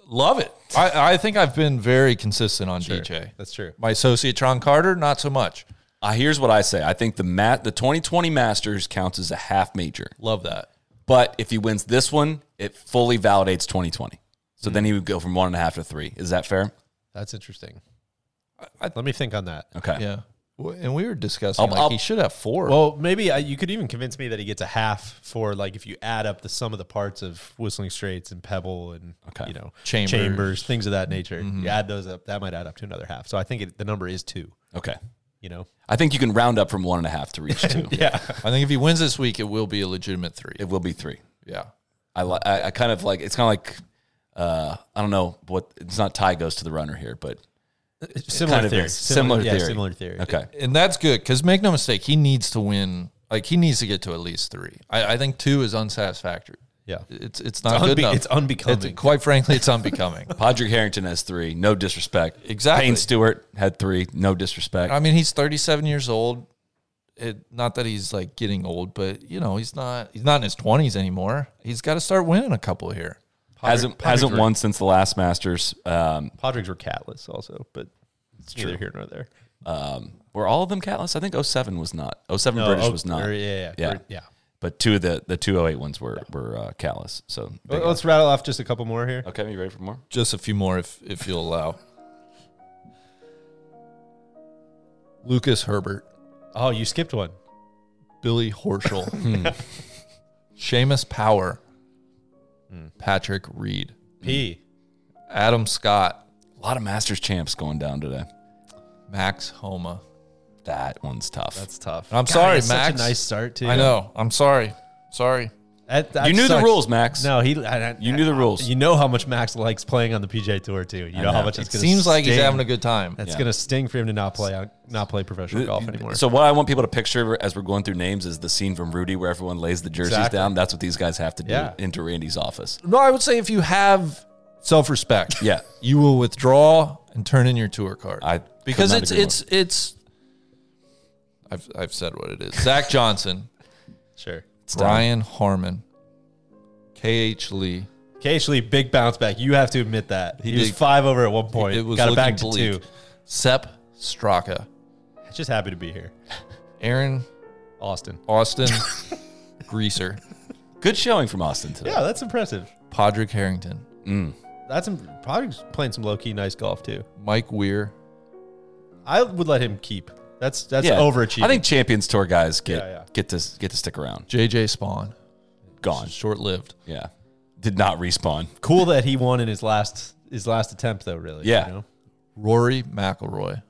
love it. I, I think I've been very consistent on DJ.
that's true
My associate Tron Carter, not so much.
Uh, here's what I say: I think the mat the 2020 Masters counts as a half major,
Love that.
but if he wins this one, it fully validates 2020. So then he would go from one and a half to three. Is that fair?
that's interesting let me think on that
Okay.
Yeah. Well, And we were discussing
I'll-
like
I'll-
he should have four.
Well, maybe I, you could even convince me that he gets a half for like if you add up the sum of the parts of Whistling Straits and Pebble and
Okay. Mm-hmm.
you know
Chambers.
things of that nature. You add those up, that might add up to another half. So I think it, the number is two.
Okay.
You know,
I think you can round up from one and a half to reach two.
yeah,
I think if he wins this week, it will be a legitimate three.
It will be three.
yeah.
I, li- I I kind of like it's kind of like uh, I don't know what it's not tie goes to the runner here, but
similar
kind of
theory,
is. Similar
yeah,
theory.
similar theory.
okay,
And that's good because make no mistake, he needs to win. Like he needs to get to at least three. I, I think two is unsatisfactory.
Yeah.
It's it's not good
unbe-
enough.
it's unbecoming.
quite frankly, it's unbecoming.
Podrick Harrington has three, no disrespect.
Exactly.
Payne Stewart had three, no disrespect.
I mean, he's 37 years old. It, not that he's like getting old, but you know, he's not he's not in his 20s anymore. He's got to start winning a couple here.
hasn't hasn't won since the last Masters. Um,
Podrigs were catless also, but it's neither here nor there.
were all of them catless? I think 07 was not. 07 British
Oh,
was not.
or- yeah, yeah,
yeah.
or- yeah.
But two of the the 208 ones were were uh, catless. So
Well, Let's rattle off just a couple more here.
okay, you ready for more?
Just a few more, if if you'll allow. Lucas Herbert,
Oh, you skipped one.
Billy Horschel, Seamus Power, Patrick Reed,
P.
Adam Scott,
A lot of Masters champs going down today.
Max Homa.
That one's tough.
That's tough.
I'm
God,
sorry,
that's
Max.
Such a nice start too.
I know. I'm sorry. Sorry.
That- that
you knew
sucks.
the rules, Max.
No, he. I, I-
You knew the rules.
You know how much Max likes playing on the PJ Tour too. You know, how
know.
much it's
It
gonna
seems like he's
sting.
having a good time.
That's
Yeah.
gonna sting for him to not play on, not play professional golf anymore.
So what I want people to picture as we're going through names is the scene from Rudy where everyone lays the jerseys
Exactly.
down. That's what these guys have to do
Yeah.
into Randy's office.
No, I would say if you have self respect,
Yeah.
you will withdraw and turn in your tour card.
I could
because
not
it's
agree
it's it's. I've I've said what it is. Zach Johnson,
sure,
Brian Harmon, K. H. Lee,
Cage Lee, big bounce back. You have to admit that. He, was
did-
five over at one point.
It was
Got it
looking
back to
bleak.
two.
Sep Straka,
Just happy to be here.
Aaron
Austin.
Austin, Greaser,
Good showing from Austin today.
Yeah, that's impressive.
Podrick Harrington,
That's im- probably playing some low key nice golf too.
Mike Weir.
I would let him keep. That's that's
Yeah.
overachieving.
I think Champions Tour guys get
Yeah, yeah.
get to get to stick around.
JJ Spawn,
Gone.
short lived.
Yeah, did not respawn.
cool that he won in his last his last attempt though. Really.
Yeah.
You know?
Rory McIlroy.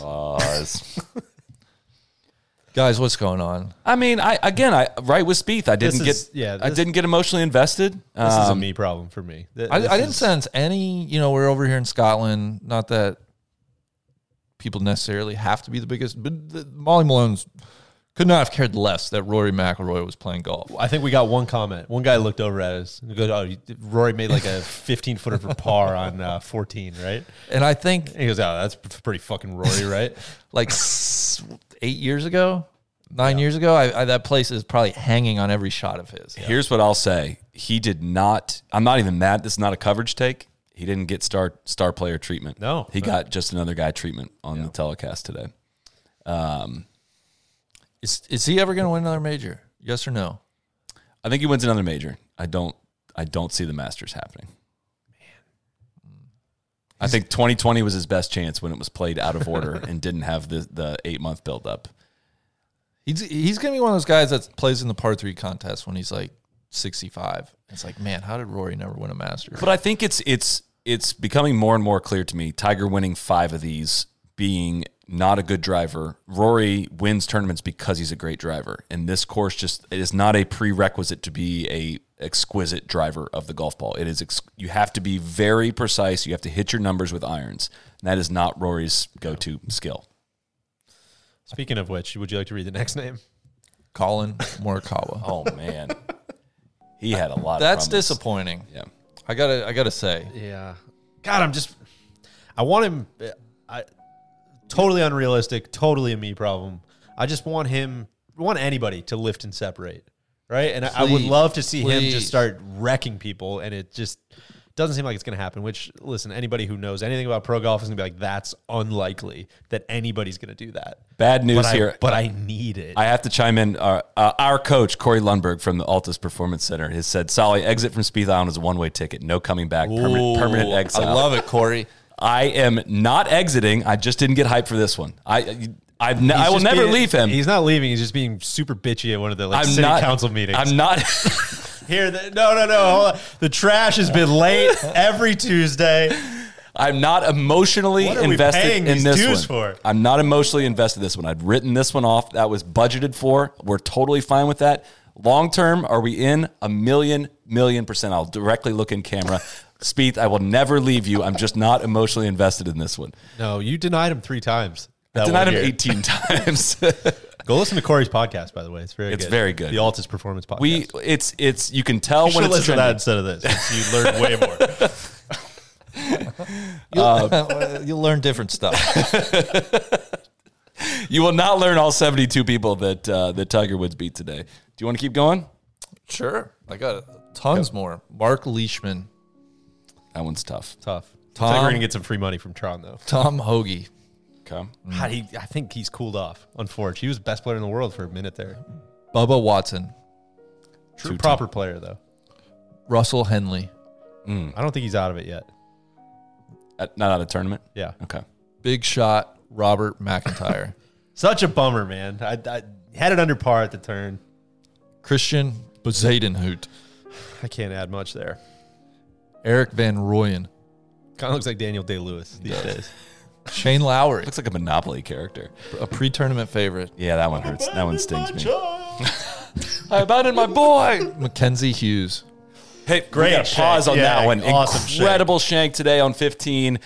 Pause.
Guys, what's going on?
I mean, I again, I right with Spieth, I
This
didn't
is-
get,
yeah,
I
this-
didn't get emotionally invested.
this is a
Um,
me problem for me. Th-
I,
this
I didn't
is-
sense any, you know, we're over here in Scotland. Not that people necessarily have to be the biggest, but the, Molly Malone's could not have cared less that Rory McIlroy was playing golf.
I think we got one comment. One guy looked over at us and goes, "Oh, you- Rory made like a 15 footer for par on uh, 14, right?"
And I think
And he goes, "Oh, that's p- pretty fucking Rory, right?"
like s- eight years ago, nine years ago, I, I, that place is probably hanging on every shot of his.
Here's what I'll say: He did not. I'm not even mad. This is not a coverage take. He didn't get star star player treatment.
No.
he got just another guy treatment on the telecast today.
Is, is he ever going to win another major? Yes or no?
I think he wins another major. I don't. I don't see the Masters happening. I think 2020 was his best chance when it was played out of order and didn't have the the eight month buildup.
He's he's gonna be one of those guys that plays in the par three contest when he's like sixty five. It's like, man, how did Rory never win a Masters?
But I think it's it's it's becoming more and more clear to me. Tiger winning five of these, being not a good driver. Rory wins tournaments because he's a great driver, and this course just it is not a prerequisite to be a exquisite driver of the golf ball. It is ex- you have to be very precise. You have to hit your numbers with irons. And that is not Rory's go to skill.
Speaking of which, would you like to read the next name?
Colin Morikawa.
Oh man, he had a lot.
That's
of problems.
disappointing.
Yeah.
I gotta I gotta say.
Yeah. God, I'm just. I want him. I totally unrealistic. Totally a me problem. I just want him. Want anybody to lift and separate, right? And I I would
Please,
love to see him
please.
just start wrecking people, and it just doesn't seem like it's going to happen. Which, listen, anybody who knows anything about pro golf is going to be like, that's unlikely that anybody's going to do that.
Bad news
But I,
here.
but I need it.
I have to chime in. Our, uh, our coach, Corey Lundberg from the Altus Performance Center, has said, Solly, exit from Speed Island is a one way ticket. No coming back. Permanent, permanent exit.
I love it, Corey.
I am not exiting. I just didn't get hype for this one. I, I've ne-
He's
I will
just
never
being-
leave him.
He's not leaving. He's just being super bitchy at one of the like
I'm
city
not,
council meetings.
I'm not.
Here, the, no, no, no. Hold on. The trash has been late every Tuesday.
I'm not emotionally
What are we
invested
paying
in
these
this
dues
one.
for?
I'm not emotionally invested in this one. I'd written this one off. That was budgeted for. We're totally fine with that. Long term, are we in a million, million percent? I'll directly look in camera. Speed, I will never leave you. I'm just not emotionally invested in this one.
No, you denied him three times. That
Denied
one
him
year.
18 times.
Go listen to Corey's podcast, by the way. It's very
It's
good.
very good.
The Altus Performance Podcast.
we, it's, it's. You can tell
should
when it's
listen to that
trending.
instead of this. You learn way more.
You'll learn different stuff.
You will not learn all 72 people that uh, that Tiger Woods beat today. Do you want to keep going?
sure. I got tons more. Mark Leishman,
That one's tough.
Tough. Tom.
Tom-
we're gonna get some free money from Tron though.
Tom Hoagie,
Okay.
God, he, I think he's cooled off. Unfortunately, he was the best player in the world for a minute there.
Bubba Watson,
True proper player though.
Russell Henley,
I don't think he's out of it yet.
Uh, not out of tournament.
Yeah.
Okay.
Big Shot, Robert McIntyre,
Such a bummer, man. I, I had it under par at the turn.
Christian Bezadenhout,
I can't add much there.
Eric Van Rooyen,
Kind of looks like Daniel Day Lewis these days.
Shane Lowry,
Looks like a Monopoly character.
a pre-tournament favorite.
Yeah, that one hurts. That one stings me.
I abandoned my boy, Mackenzie Hughes.
Hey,
Great
great
shank.
pause on
Yeah,
that one.
awesome shank.
Incredible shank. today on 15.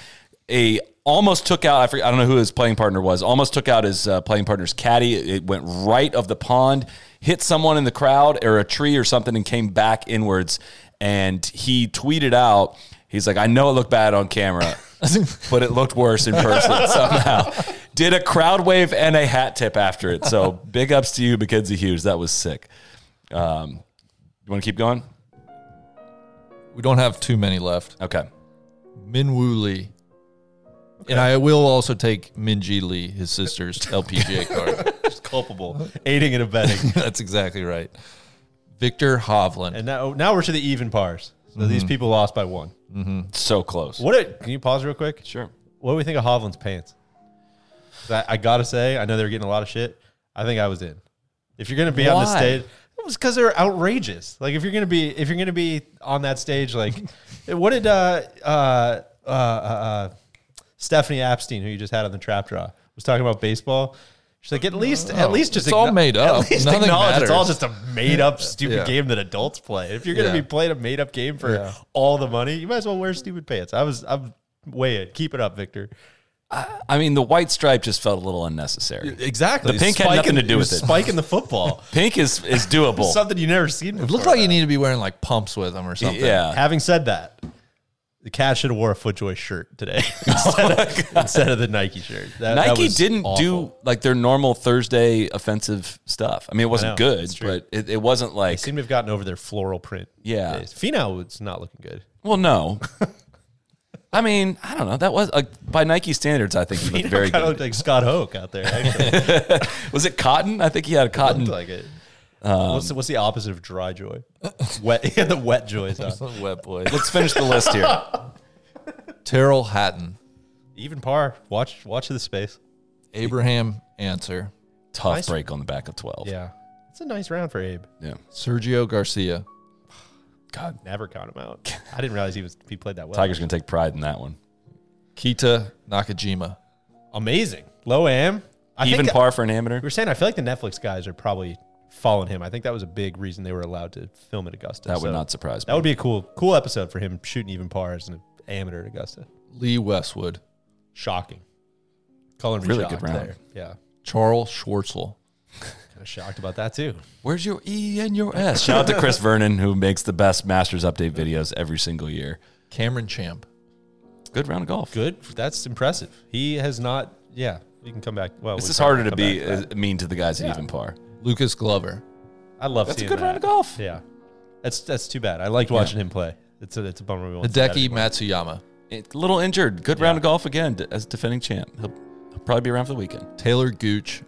A almost took out. I, forget, I don't know who his playing partner was. Almost took out his uh, playing partner's caddy. It, it went right of the pond, hit someone in the crowd or a tree or something, and came back inwards. And he tweeted out, "He's like, I know it looked bad on camera." but it looked worse in person somehow. Did a crowd wave and a hat tip after it. So big ups to you, Mackenzie Hughes. That was sick. Um, you want to keep going?
We don't have too many left.
Okay.
Minwoo Lee. And I will also take Minji Lee, his sister's LPGA card.
It's culpable, aiding and abetting.
That's exactly right. Victor Hovland.
and now, now we're to the even pars. So these people lost by one.
So close.
What? A, can you pause real quick?
Sure.
What do we think of Hovland's pants? 'Cause I, I gotta say, I know they were getting a lot of shit. I think I was in. If you're gonna be on the
Why?
stage, it was because they're outrageous. Like if you're gonna be if you're gonna be on that stage, like what did uh uh uh, uh Stephanie Epstein, who you just had on the trap draw, was talking about baseball. She's like, at least, at least just
Oh, It's all
acknow-
made
Oh,
up.
At least
Nothing
acknowledge it's all
matters.
just a made up, stupid
Yeah.
game that adults play. If you're gonna
Yeah.
be playing a made up game for
Yeah.
all the money, you might as well wear stupid pants. I was, I'm way it. Keep it up, Victor.
I mean, the white stripe just felt a little unnecessary.
Exactly.
The pink had nothing to do with it.
Spike in the football.
Pink is is doable.
Something you never seen. Before.
It looked like you need to be wearing like pumps with him or something.
yeah.
Having said that, the cat should have wore a FootJoy shirt today instead, of, instead of the Nike shirt. That- that
Oh Nike
was
didn't do
awful.
like their normal Thursday offensive stuff. I mean, it
know,
wasn't good,
it's true.
but it, it wasn't
They
like
seem to have gotten over their floral print.
Yeah.
days. Finau was not looking good.
well, no. I mean, I don't know. That was like by Nike standards, I think he looked very
kind of
good.
looked like Scott Hoke out there. Actually,
was it cotton? I think he had a cotton.
looked like it.
Um,
what's, the, what's the opposite of dry joy? Wet. He had the wet joys on.
Wet boy.
Let's finish the list here.
Terrell Hatton.
Even par. Watch. Watch the space.
Abraham Answer.
Tough
Nice.
break on the back of twelve.
Yeah, it's a nice round for Abe.
yeah.
Sergio Garcia.
God,
Never count him out. I didn't realize he was he played that well.
Tiger's gonna take pride in that one.
Kita Nakajima.
amazing. Low am. I
Even
think-
par for an amateur.
We were saying I feel like the Netflix guys are probably following him. I think that was a big reason they were allowed to film at Augusta.
That would
So
not surprise me.
That would be a cool cool episode for him shooting even par as an amateur at Augusta.
Lee Westwood.
Shocking. Color me
Really
shocked
good round.
there. Yeah.
Charles Schwartzel.
Kind of shocked about that too.
Where's your E and your S? Shout out to Chris Vernon, who makes the best Masters update videos every single year.
Cameron Champ.
Good round of golf.
Good. That's impressive. He has not yeah, we can come back. Well,
It's
we
just
probably
harder to
come
be
back that.
uh, mean to the guys at even par.
Lucas Glover.
I love
uh, That's a
seeing
good
that.
round of golf.
Yeah. That's that's too bad. I liked watching him play. It's a it's a bummer we won't see that
Hideki
anymore.
Matsuyama.
It- little injured. Good round of golf again d- as defending champ. He'll, he'll probably be around for the weekend.
Taylor Gooch.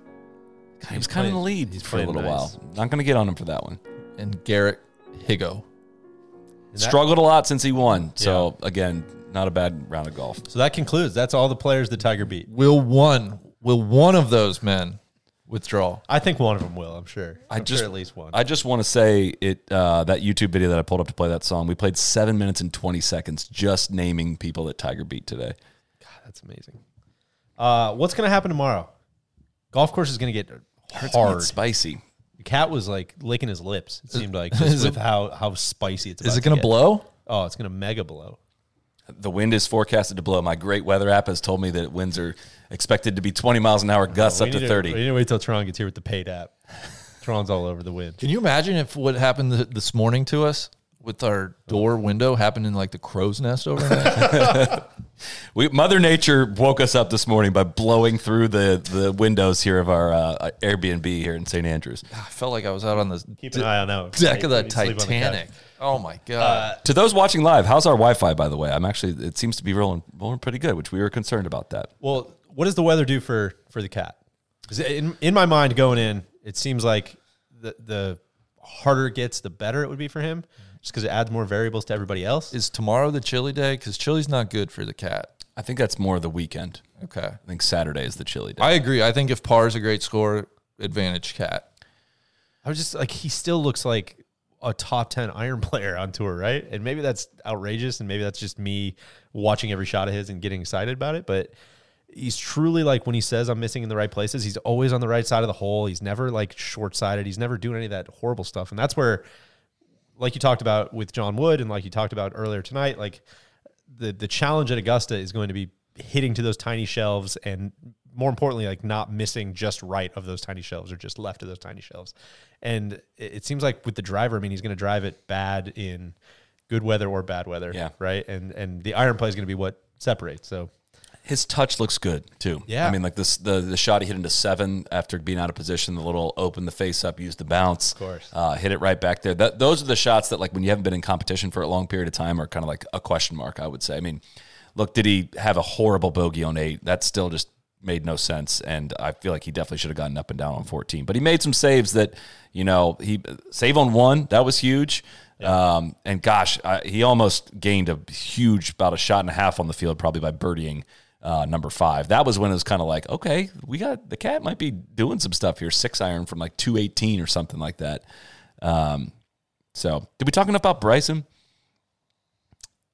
he was kind of in the lead
he's
for a
playing
little
nice.
while. Not going to get on him for that one.
And Garrett Higo.
And that-
Struggled a lot since he won. So again, not a bad round of golf.
So that concludes. That's all the players the Tiger beat.
Will one will one of those men withdraw?
I think one of them will, I'm sure.
I
I'm
just
sure at least one.
I just want to say it uh, that YouTube video that I pulled up to play that song. We played seven minutes and twenty seconds just naming people that Tiger beat today.
That's amazing. Uh, what's going to happen tomorrow? Golf course is going to get hard.
It's spicy.
The cat was like licking his lips. It seemed like just with how how spicy it's.
Is
about
it gonna
get.
blow?
Oh, it's going to mega blow.
The wind is forecasted to blow. My great weather app has told me that winds are expected to be 20 miles an hour, gusts up
Oh, We
to
need We
30.
need to wait till Tron gets here with the paid app. Tron's all over the wind.
Can you imagine if what happened th- this morning to us with our door window happened in like the crow's nest overnight?
We, Mother Nature woke us up this morning by blowing through the, the windows here of our uh, Airbnb here in St. Andrews.
I felt like I was out on the
Keep
d-
an eye on that.
deck of the
You sleep on couch. Uh,
Titanic. Oh my god!
To those watching live, how's our Wi Fi, by the way? I'm actually, it seems to be rolling, rolling pretty good, which we were concerned about that.
Well, what does the weather do for for the cat? 'Cause in in my mind going in, it seems like the the harder it gets, the better it would be for him, just because it adds more variables to everybody else.
Is tomorrow the chili day? Because chili's not good for the cat.
I think that's more of the weekend.
Okay,
I think Saturday is the chilly day.
I agree. I think if par is a great score, advantage cat.
I was just like, he still looks like a top 10 iron player on tour, right? And maybe that's outrageous. And maybe that's just me watching every shot of his and getting excited about it. But he's truly like, when he says I'm missing in the right places, he's always on the right side of the hole. He's never like short sighted. He's never doing any of that horrible stuff. And that's where, like you talked about with John Wood and like you talked about earlier tonight, like the, the challenge at Augusta is going to be hitting to those tiny shelves and more importantly, like not missing just right of those tiny shelves or just left of those tiny shelves. And it, it seems like with the driver, I mean, he's going to drive it bad in good weather or bad weather.
Yeah.
Right. And, and the iron play is going to be what separates. So
his touch looks good too.
Yeah.
I mean, like this the the shot he hit into seven after being out of position, the little open the face up, used the bounce, of
course.
uh, hit it right back there. That those are the shots that like when you haven't been in competition for a long period of time are kind of like a question mark. I would say. I mean, look, did he have a horrible bogey on eight? That still just made no sense, and I feel like he definitely should have gotten up and down on fourteen. But he made some saves that you know he save on one that was huge. Um, and gosh, I, he almost gained a huge, about a shot and a half on the field, probably by birdieing uh, number five. That was when it was kind of like, okay, we got the cat might be doing some stuff here. Six iron from like 218 or something like that. Um, so, did we talk enough about Bryson?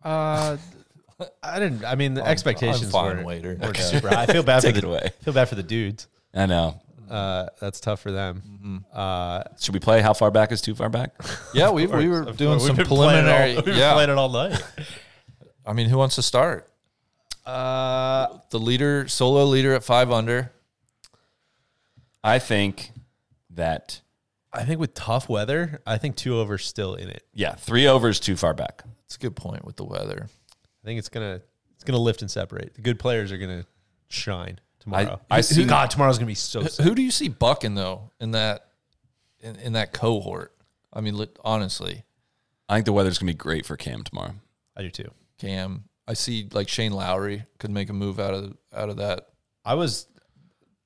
Uh, I didn't. I mean, the expectations
fine
were,
later.
were super high. I feel bad for
Take
the
it away.
feel bad for the dudes.
I know.
Uh, that's tough for them.
Mm-hmm.
Uh,
Should we play how far back is too far back?
Yeah, we, we were doing some preliminary.
We've
yeah,
playing it all night.
I mean, who wants to start?
Uh,
The leader, solo leader at five under.
I think that,
I think with tough weather, I think two over still in it.
yeah, three over is too far back.
That's a good point with the weather.
I think it's gonna it's gonna lift and separate. The good players are gonna shine tomorrow.
I see-
God, tomorrow's gonna be so. sick.
Who do you see bucking though in that in, in that cohort? I mean, lit- honestly,
I think the weather's going to be great for Cam tomorrow.
I do too.
Cam. I see like Shane Lowry could make a move out of out of that.
I was,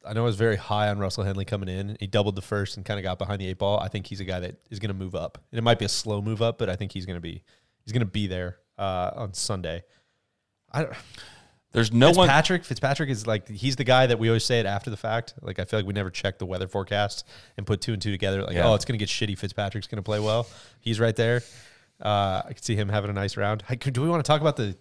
I know I was very high on Russell Henley coming in. He doubled the first and kind of got behind the eight ball. I think he's a guy that is going to move up, and it might be a slow move up, but I think he's going to be he's going to be there uh, on Sunday. I don't,
There's no one.
Fitzpatrick, Fitzpatrick is like he's the guy that we always say it after the fact. Like I feel like we never check the weather forecast and put two and two together. Like
Yeah.
oh, it's going to get shitty. Fitzpatrick's going to play well. He's right there. Uh, I could see him having a nice round. I could- do we want to talk about the?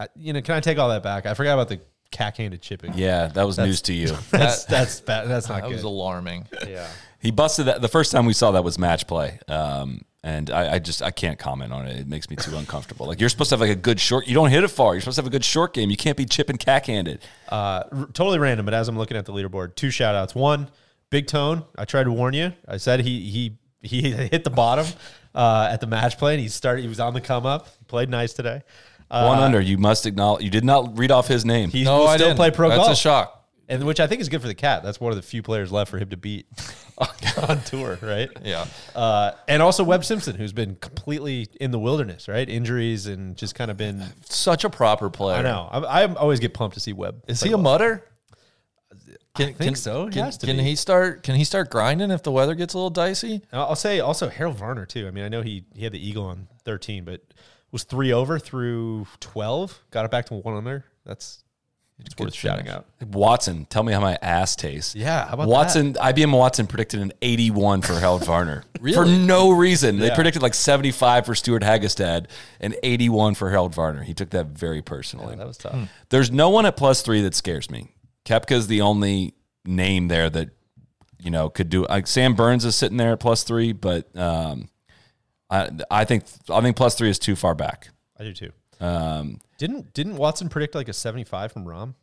I- You know, can I take all that back? I forgot about the cack-handed chipping.
Yeah, that was news to you.
That's that's bad. That's not
That
good.
was alarming.
yeah.
He busted that the first time we saw that was match play. Um, and I, I just I can't comment on it. It makes me too uncomfortable. Like you're supposed to have like a good short. You don't hit it far. You're supposed to have a good short game. You can't be chipping cack handed.
Uh, r- totally random, but as I'm looking at the leaderboard, two shout outs. One, Big Tone. I tried to warn you. I said he he he hit the bottom uh, at the match play and he started he was on the come up. He played nice today. Uh,
One under. You must acknowledge. You did not read off his name.
he
No,
will
Oh, I
still
didn't.
play pro
That's
golf.
a shock.
And which I think is good for the cat. That's one of the few players left for him to beat on, on tour, right?
Yeah.
Uh, and also Webb Simpson, who's been completely in the wilderness, right? Injuries and just kind of been.
Such a proper player.
I know. I, I always get pumped to see Webb.
Is
play
he a
well.
mutter? Can,
think so. He
Can,
has to
can
be.
he start? Can he start grinding if the weather gets a little dicey?
And I'll I'll say also Harold Varner too. I mean, I know he he had the eagle on thirteen, but was three over through twelve. Got it back to one under. That's it's worth shouting
finish.
out.
Watson, tell me how my ass tastes.
Yeah, how about
Watson, IBM Watson predicted an 81 for Harold Varner for no reason. They predicted like 75 for Stuart Hagestad and 81 for Harold Varner. He took that very personally.
That was tough.
There's no one at plus three that scares me. Kepka's the only name there that you know could do. Like Sam Burns is sitting there at plus three, but um, I I think I think plus three is too far back.
I do too.
Um,
Didn't didn't Watson predict like a seventy five from Rom?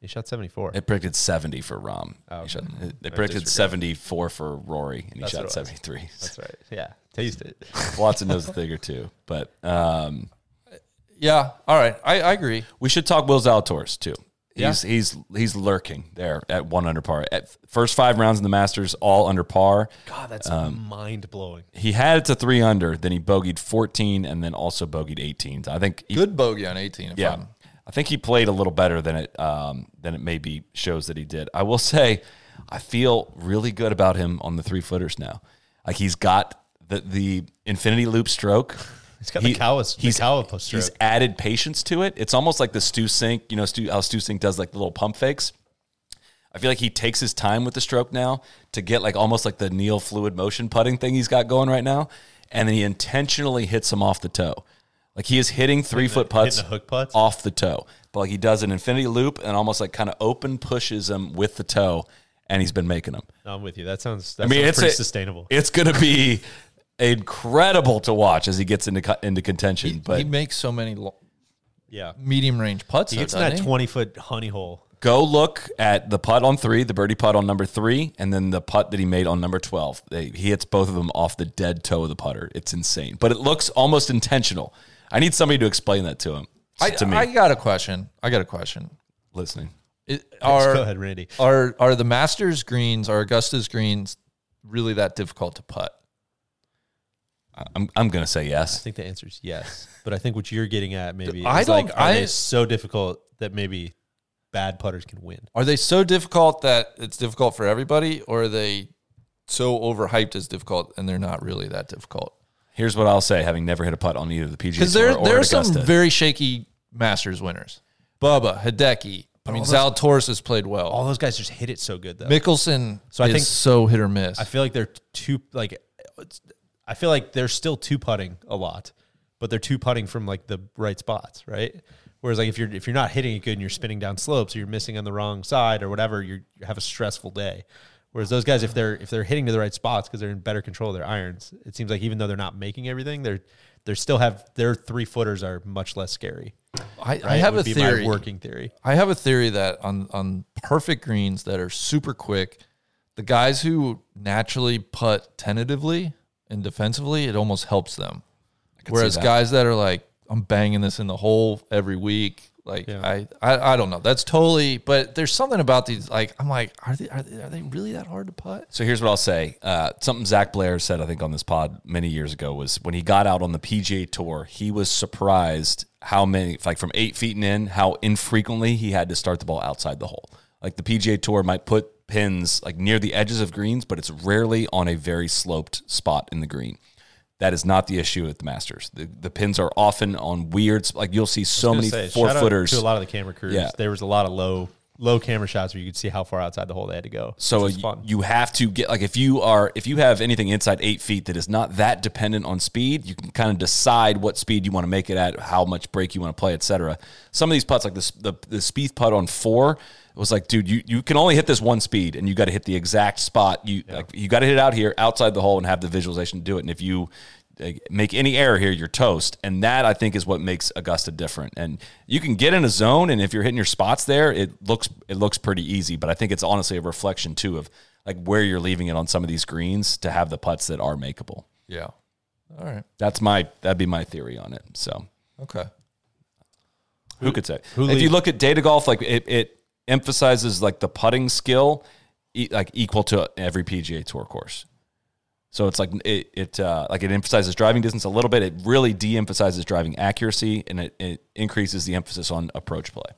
He shot seventy four.
it predicted seventy for Rom.
Oh,
He
okay.
shot- they predicted seventy four for Rory, and he
That's what it
shot
was.
seventy three.
That's right. Yeah, taste it.
Watson knows a thing or two, but um,
Yeah. All right. I, I agree.
we should talk Will Zalatoris too. He's he's he's lurking there at one under par. At first five rounds in the Masters, all under par.
God, that's
Um,
mind blowing.
he had it to three under, then he bogeyed 14 and then also bogeyed 18. I think he,
Good bogey on eighteen. If
yeah.
I'm,
I think he played a little better than it um, than it maybe shows that he did. I will say I feel really good about him on the three footers now. Like he's got the the infinity loop stroke.
He's got the Kawa- the Kawa post
He's
stroke.
added patience to it. It's almost like the Stu Sink, you know, Stu, how Stu Sink does like the little pump fakes. I feel like he takes his time with the stroke now to get like almost like the Neil fluid motion putting thing he's got going right now, and then he intentionally hits him off the toe. Like he is hitting three foot putts,
hitting the hook putts?
off the toe, but like he does an infinity loop and almost like kind of open pushes him with the toe, and he's been making them.
No, I'm with you. That sounds. That
I mean,
sounds
it's
pretty
a-
sustainable.
It's gonna be incredible to watch as he gets into co- into contention. but
he makes so many lo-
yeah,
medium range putts.
he
though,
gets in
doesn't
that
he?
twenty foot honey hole.
go look at the putt on three, the birdie putt on number three, and then the putt that he made on number 12. They, he hits both of them off the dead toe of the putter. It's insane, but it looks almost intentional. I need somebody to explain that to him.
I,
to me.
I got a question. I got a question.
listening.
It,
Just
are,
go ahead, Randy.
are are the Masters greens, are Augusta's greens really that difficult to putt?
I'm, I'm going to say
I
yes.
think the answer is yes, but I think what you're getting at maybe
I
is like,
don't-
are
I-
they so difficult that maybe bad putters can win?
Are they so difficult that it's difficult for everybody, or are they so overhyped as difficult and they're not really that difficult?
Here's what I'll say, having never hit a putt on either the PGA
Because there
Tour or
there
at
are some
Augusta.
very shaky Masters winners. Bubba, Hideki. I mean, Zalatoris has played well.
All those guys just hit it so good though.
Mickelson
So
so
I
I is
think-
so hit or miss.
I feel like they're two like it's- I feel like they're still two putting a lot, but they're two putting from like the right spots, right? Whereas like if you're if you're not hitting it good and you're spinning down slopes or you're missing on the wrong side or whatever, you're, you have a stressful day. Whereas those guys, if they're if they're hitting to the right spots because they're in better control of their irons, it seems like even though they're not making everything, they're they're still have their three footers are much less scary.
I, I
right?
have a
Would be my
theory.
working theory.
I have a theory that on on perfect greens that are super quick, the guys who naturally putt tentatively and defensively, it almost helps them. Whereas
that.
guys that are like, I'm banging this in the hole every week. Like I, I, I don't know. That's totally. But there's something about these. Like I'm like, are they are they, are they really that hard to putt?
So here's what I'll say. Uh, something Zach Blair said, I think, on this pod many years ago was when he got out on the PGA Tour, he was surprised how many, like from eight feet and in, how infrequently he had to start the ball outside the hole. Like the PGA Tour might put pins like near the edges of greens, but it's rarely on a very sloped spot in the green. That is not the issue at the Masters. The, the pins are often on weird, sp- like you'll see so many
Gonna say,
four
shout out
footers.
to a lot of the camera crews.
Yeah.
There was a lot of low low camera shots where you could see how far outside the hole they had to go.
So
which was
you-
fun.
you have to get like if you are if you have anything inside eight feet that is not that dependent on speed, you can kind of decide what speed you want to make it at, how much break you want to play, etc. Some of these putts, like this the the speed putt on four, it was like, dude, you, you can only hit this one speed, and you got to hit the exact spot. You like you got to hit it out here outside the hole and have the visualization to do it. And if you like, make any error here, you're toast. And that I think is what makes Augusta different. And you can get in a zone, and if you're hitting your spots there, it looks it looks pretty easy. But I think it's honestly a reflection too of like where you're leaving it on some of these greens to have the putts that are makeable.
Yeah. All right.
That's my that'd be my theory on it. So
Okay.
who could say?
who
if you
leads-
look at data golf, like it, it emphasizes like the putting skill, e- like equal to every PGA Tour course. So it's like it, it uh, like it emphasizes driving distance a little bit. It really de-emphasizes driving accuracy, and it, it increases the emphasis on approach play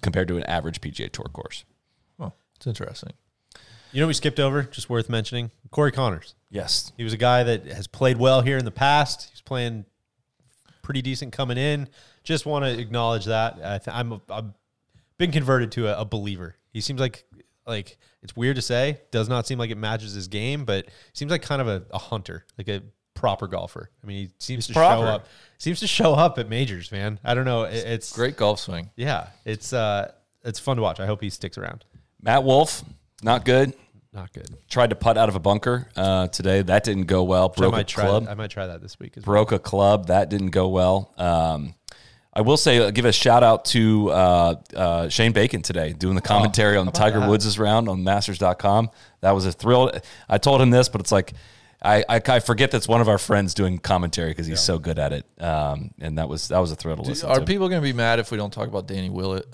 compared to an average PGA Tour course.
Well, it's interesting.
You know, we skipped over, just worth mentioning Corey Connors.
Yes,
He was a guy that has played well here in the past. He's playing pretty decent coming in. Just want to acknowledge that. I th- I'm, a, I'm been converted to a, a believer. He seems like like it's weird to say, does not seem like it matches his game, but seems like kind of a, a hunter, like a proper golfer. I mean, he seems to
proper.
show up. Seems to show up at majors, man. I don't know. It- it's
Great golf swing.
Yeah, it's uh, it's fun to watch. I hope he sticks around.
Matt Wolf, not good.
Not good.
Tried to putt out of a bunker uh, today. That didn't go well. Broke
I
a
might try.
club.
I might try that this week. As well.
broke a club. That didn't go well. Um, I will say, uh, give a shout out to uh, uh, Shane Bacon today doing the commentary on Tiger Woods' round on Masters.com. That was a thrill. I told him this, but it's like I, I, I forget that's one of our friends doing commentary because he's so good at it. Um, and that was that was a thrill to listen
Are
to.
people going to be mad if we don't talk about Danny Willett?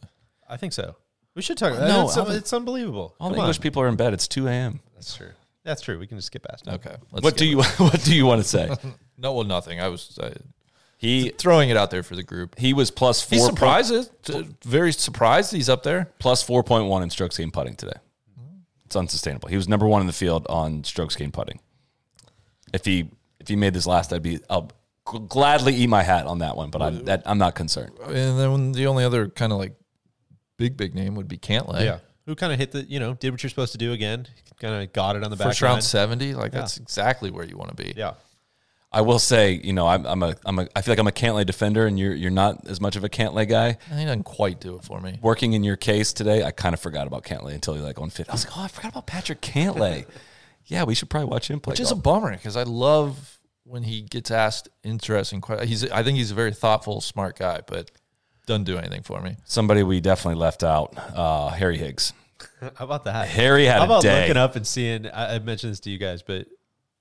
I think so. We should talk.
No,
No, it's,
I'm-
it's unbelievable.
All
Come
the
on.
English people are in bed. It's two a.m.
That's true. That's true. We can just skip past. it.
Okay. Let's
What
skip
do
it.
you what do you want to say?
No, well, nothing. I was uh,
He
throwing it out there for the group.
he was plus
He's
four point,
surprised. t- Very surprised he's up there.
plus four point one in strokes gained putting today. It's unsustainable. He was number one in the field on strokes gained putting. If he if he made this last, I'd be I'll g- gladly eat my hat on that one. But I'm that, I'm not concerned.
And then the only other kind of like big, big name would be Cantlay.
Yeah. Who kind of hit the? You know, did what you're supposed to do again. Kind of got it on the back.
First round
nine.
70. Like, that's exactly where you want to be.
Yeah.
I will say, you know, I'm, I'm a I'm a I feel like I'm a Cantlay defender, and you're you're not as much of a Cantlay guy.
And he doesn't quite do it for me.
Working in your case today, I kind of forgot about Cantlay until he like on fit. I was like, oh, I forgot about Patrick Cantlay. yeah, we should probably watch him play.
Which is a
golf.
bummer because I love when he gets asked interesting questions. He's, I think he's a very thoughtful, smart guy, but doesn't do anything for me.
somebody we definitely left out. Uh, Harry Higgs.
How about that?
Harry had
How
a
about
day.
looking up and seeing? I, I mentioned this to you guys, but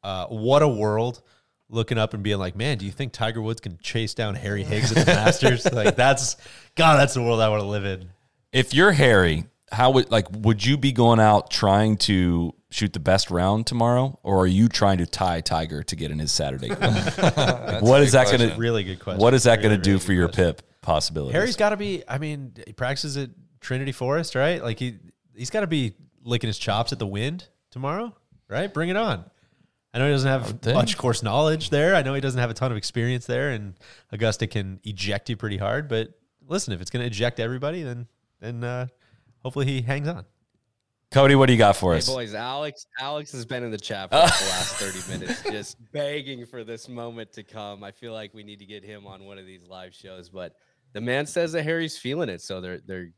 uh, what a world! Looking up and being like, man, do you think Tiger Woods can chase down Harry Higgs at the Masters? Like, that's God, that's the world I want to live in.
If you're Harry, how would like would you be going out trying to shoot the best round tomorrow, or are you trying to tie Tiger to get in his Saturday? Like, what is that going to
Really good question.
What is that going
Really,
to do
really
for
good
your
question.
pip possibilities?
Harry's got to be. I mean, he practices at Trinity Forest, right? Like he he's got to be licking his chops at the wind tomorrow, right? Bring it on. I know he doesn't have
think.
much course knowledge there. I know he doesn't have a ton of experience there, and Augusta can eject you pretty hard. But listen, if it's going to eject everybody, then then uh, hopefully he hangs on.
Cody, what do you got for
Hey
us?
boys, Alex. Alex has been in the chat for like the last thirty minutes, just begging for this moment to come. I feel like we need to get him on one of these live shows, but the man says that Harry's feeling it, so they're they're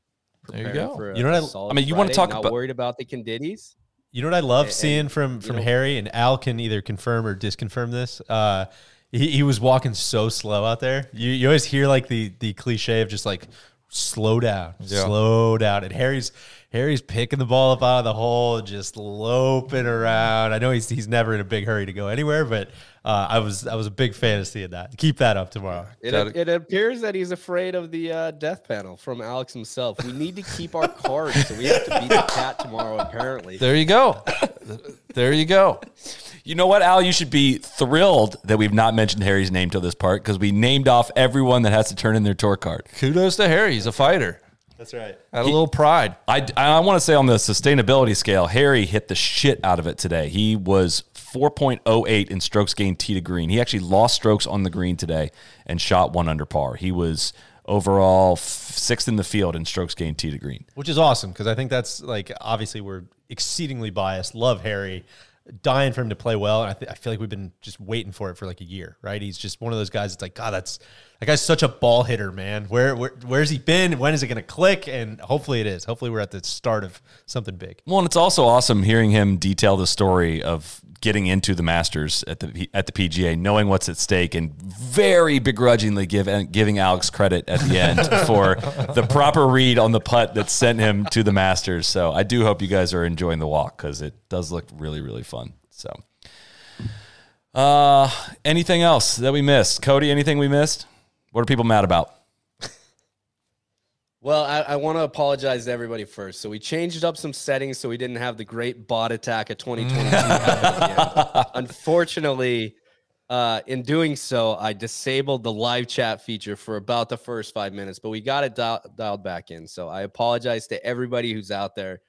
There you
preparing
go.
For a
You know what I-
solid
I mean, you wanna
Friday,
talk
not
about-
worried about the Candidies?
You know what I love
and,
seeing from from
know-
Harry and Al can either confirm or disconfirm this. Uh, he, he was walking so slow out there. You you always hear like the the cliche of just like slow down,
Yeah.
slow down. And Harry's Harry's picking the ball up out of the hole, just loping around. I know he's he's never in a big hurry to go anywhere, but uh, I was I was a big fan of seeing that. Keep that up tomorrow.
It,
Got
it appears that he's afraid of the uh, death panel from Alex himself. We need to keep our cards, so we have to beat the cat tomorrow. Apparently,
There you go. there you go.
You know what, Al? You should be thrilled that we've not mentioned Harry's name till this part because we named off everyone that has to turn in their tour card.
Kudos to Harry. He's a fighter.
That's right.
Had a little pride.
I, I want to say on the sustainability scale, Harry hit the shit out of it today. He was 4.08 in strokes gained tee to green. He actually lost strokes on the green today and shot one under par. He was overall f- sixth in the field in strokes gained tee to green.
which is awesome because I think that's like obviously we're exceedingly biased. Love Harry, dying for him to play well, and I, th- I feel like we've been just waiting for it for like a year, right? He's just one of those guys. that's like God, that's that guy's such a ball hitter, man. Where where where's he been? When is it going to click? And hopefully it is. Hopefully we're at the start of something big.
Well, and it's also awesome hearing him detail the story of getting into the Masters at the at the PGA, knowing what's at stake, and very begrudgingly give, giving Alex credit at the end for the proper read on the putt that sent him to the Masters. So I do hope you guys are enjoying the walk because it does look really really fun. So, uh, anything else that we missed, Cody? Anything we missed? What are people mad about?
Well, I, I want to apologize to everybody first. So we changed up some settings so we didn't have the great bot attack of
Mm.
2022. happen again. Unfortunately, uh, in doing so, I disabled the live chat feature for about the first five minutes, but we got it dial- dialed back in. So I apologize to everybody who's out there.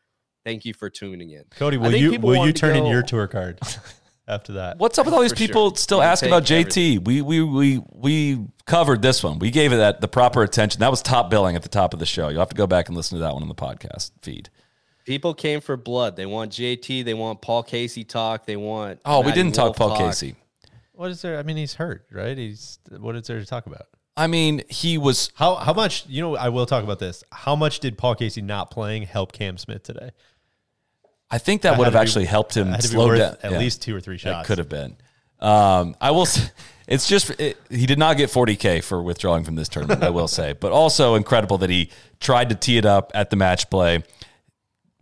Thank you for tuning in.
Cody,
I
will
think
you
people
will
wanted
you
to
turn in
go-
your tour card after that?
What's up with all these
For
people
sure.
still
We
asking about
take
JT? We we we we covered this one. We gave it that the proper attention. That was top billing at the top of the show. You'll have to go back and listen to that one on the podcast feed.
People came for blood. They want JT. They want Paul Casey talk. They want.
Oh, we
Matty
didn't talk Paul
Wolff
Casey.
What is there? I mean, he's hurt, right? He's what is there to talk about?
I mean, he was
How how much? You know, I will talk about this. How much did Paul Casey not playing help Cam Smith today?
I think that
I
would have
had to be-
actually helped him
had to be
slow
worth
down
at
Yeah.
least two or three
It
shots.
could have been. Um, I will. s- It's just it, he did not get 40k for withdrawing from this tournament. I will say, but also incredible that he tried to tee it up at the match play,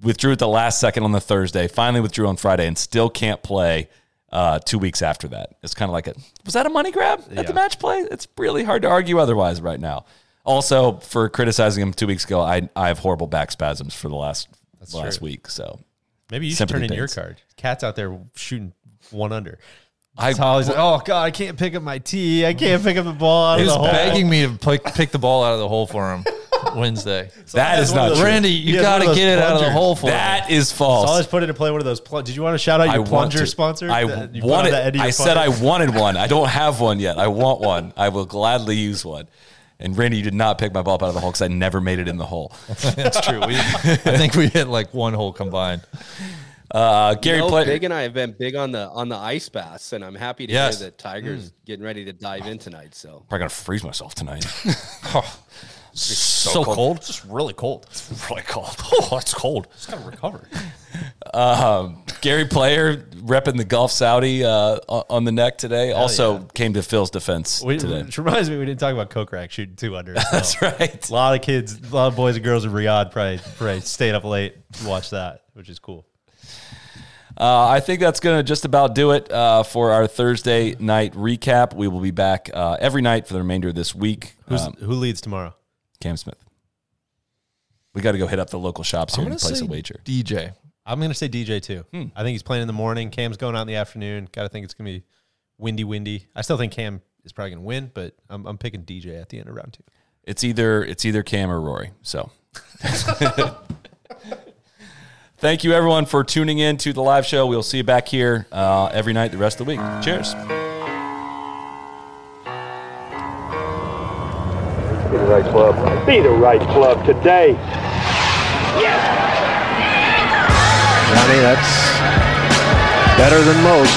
withdrew at the last second on the Thursday, finally withdrew on Friday, and still can't play. Uh, two weeks after that, it's kind of like a was that a money grab at the match play? It's really hard to argue otherwise right now. Also, for criticizing him two weeks ago, I I have horrible back spasms for the last last week. So
Maybe you should
Sympathy
turn in your
pains.
card. Cat's out there shooting one under.
I-
That's how he's like, oh god, I can't pick up my tee. I can't pick up the ball out of
He
the
was
hole.
begging me to pick, pick the ball out of the hole for him Wednesday.
that is
one of
not
those-
true.
Randy,
He
you
has one
got to
of those
get it out of the
plungers.
hole for me.
That is
So I
false.
was put in to play one of those. Pl- Did you want to shout out your
want
plunger
to.
sponsor?
I
that you put on
wanted.
the end of your
I said I
plunger?
wanted one. I don't have one yet. I want one. I will gladly use one. And Randy, you did not pick my ball up out of the hole because I never made it in the hole.
That's true. We, I think we hit like one hole combined.
Uh, Gary
You know,
Player.
Big and I have been big on the on the ice baths, and I'm happy to
Yes.
hear that
Mm.
Tiger's getting ready to dive in tonight. So
probably gonna freeze myself tonight.
So, cold. It's just really cold.
It's really cold. Oh, it's cold.
It's got to recover.
Um, Gary Player repping the Gulf Saudi uh, o- on the neck today. also came to Phil's defense
We-
today.
Which reminds me, we didn't talk about Kokrak shooting two under. That's
right.
A lot of kids, a lot of boys and girls in Riyadh probably, probably stayed up late to watch that, which is cool.
Uh, I think that's going to just about do it uh, for our Thursday night recap. We will be back uh, Um, every night for the remainder of this week.
Who's,
Um,
who leads tomorrow?
Cam Smith. We got to go hit up the local shops here
I'm
and
gonna
place
say
a wager.
DJ.
I'm gonna say DJ too. I think he's playing in the morning. Cam's going out in the afternoon. Gotta think it's gonna be windy, windy. I still think Cam is probably gonna win, but I'm, I'm picking DJ at the end of round two.
It's either it's either Cam or Rory. So thank you everyone for tuning in to the live show. We'll see you back here uh, every night the rest of the week. Cheers.
Be the right club. Be the right club today.
Johnny, that's better than most.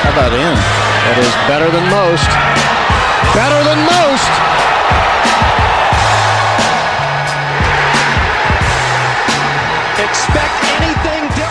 How about him? That is better than most. Better than most.
Expect anything different.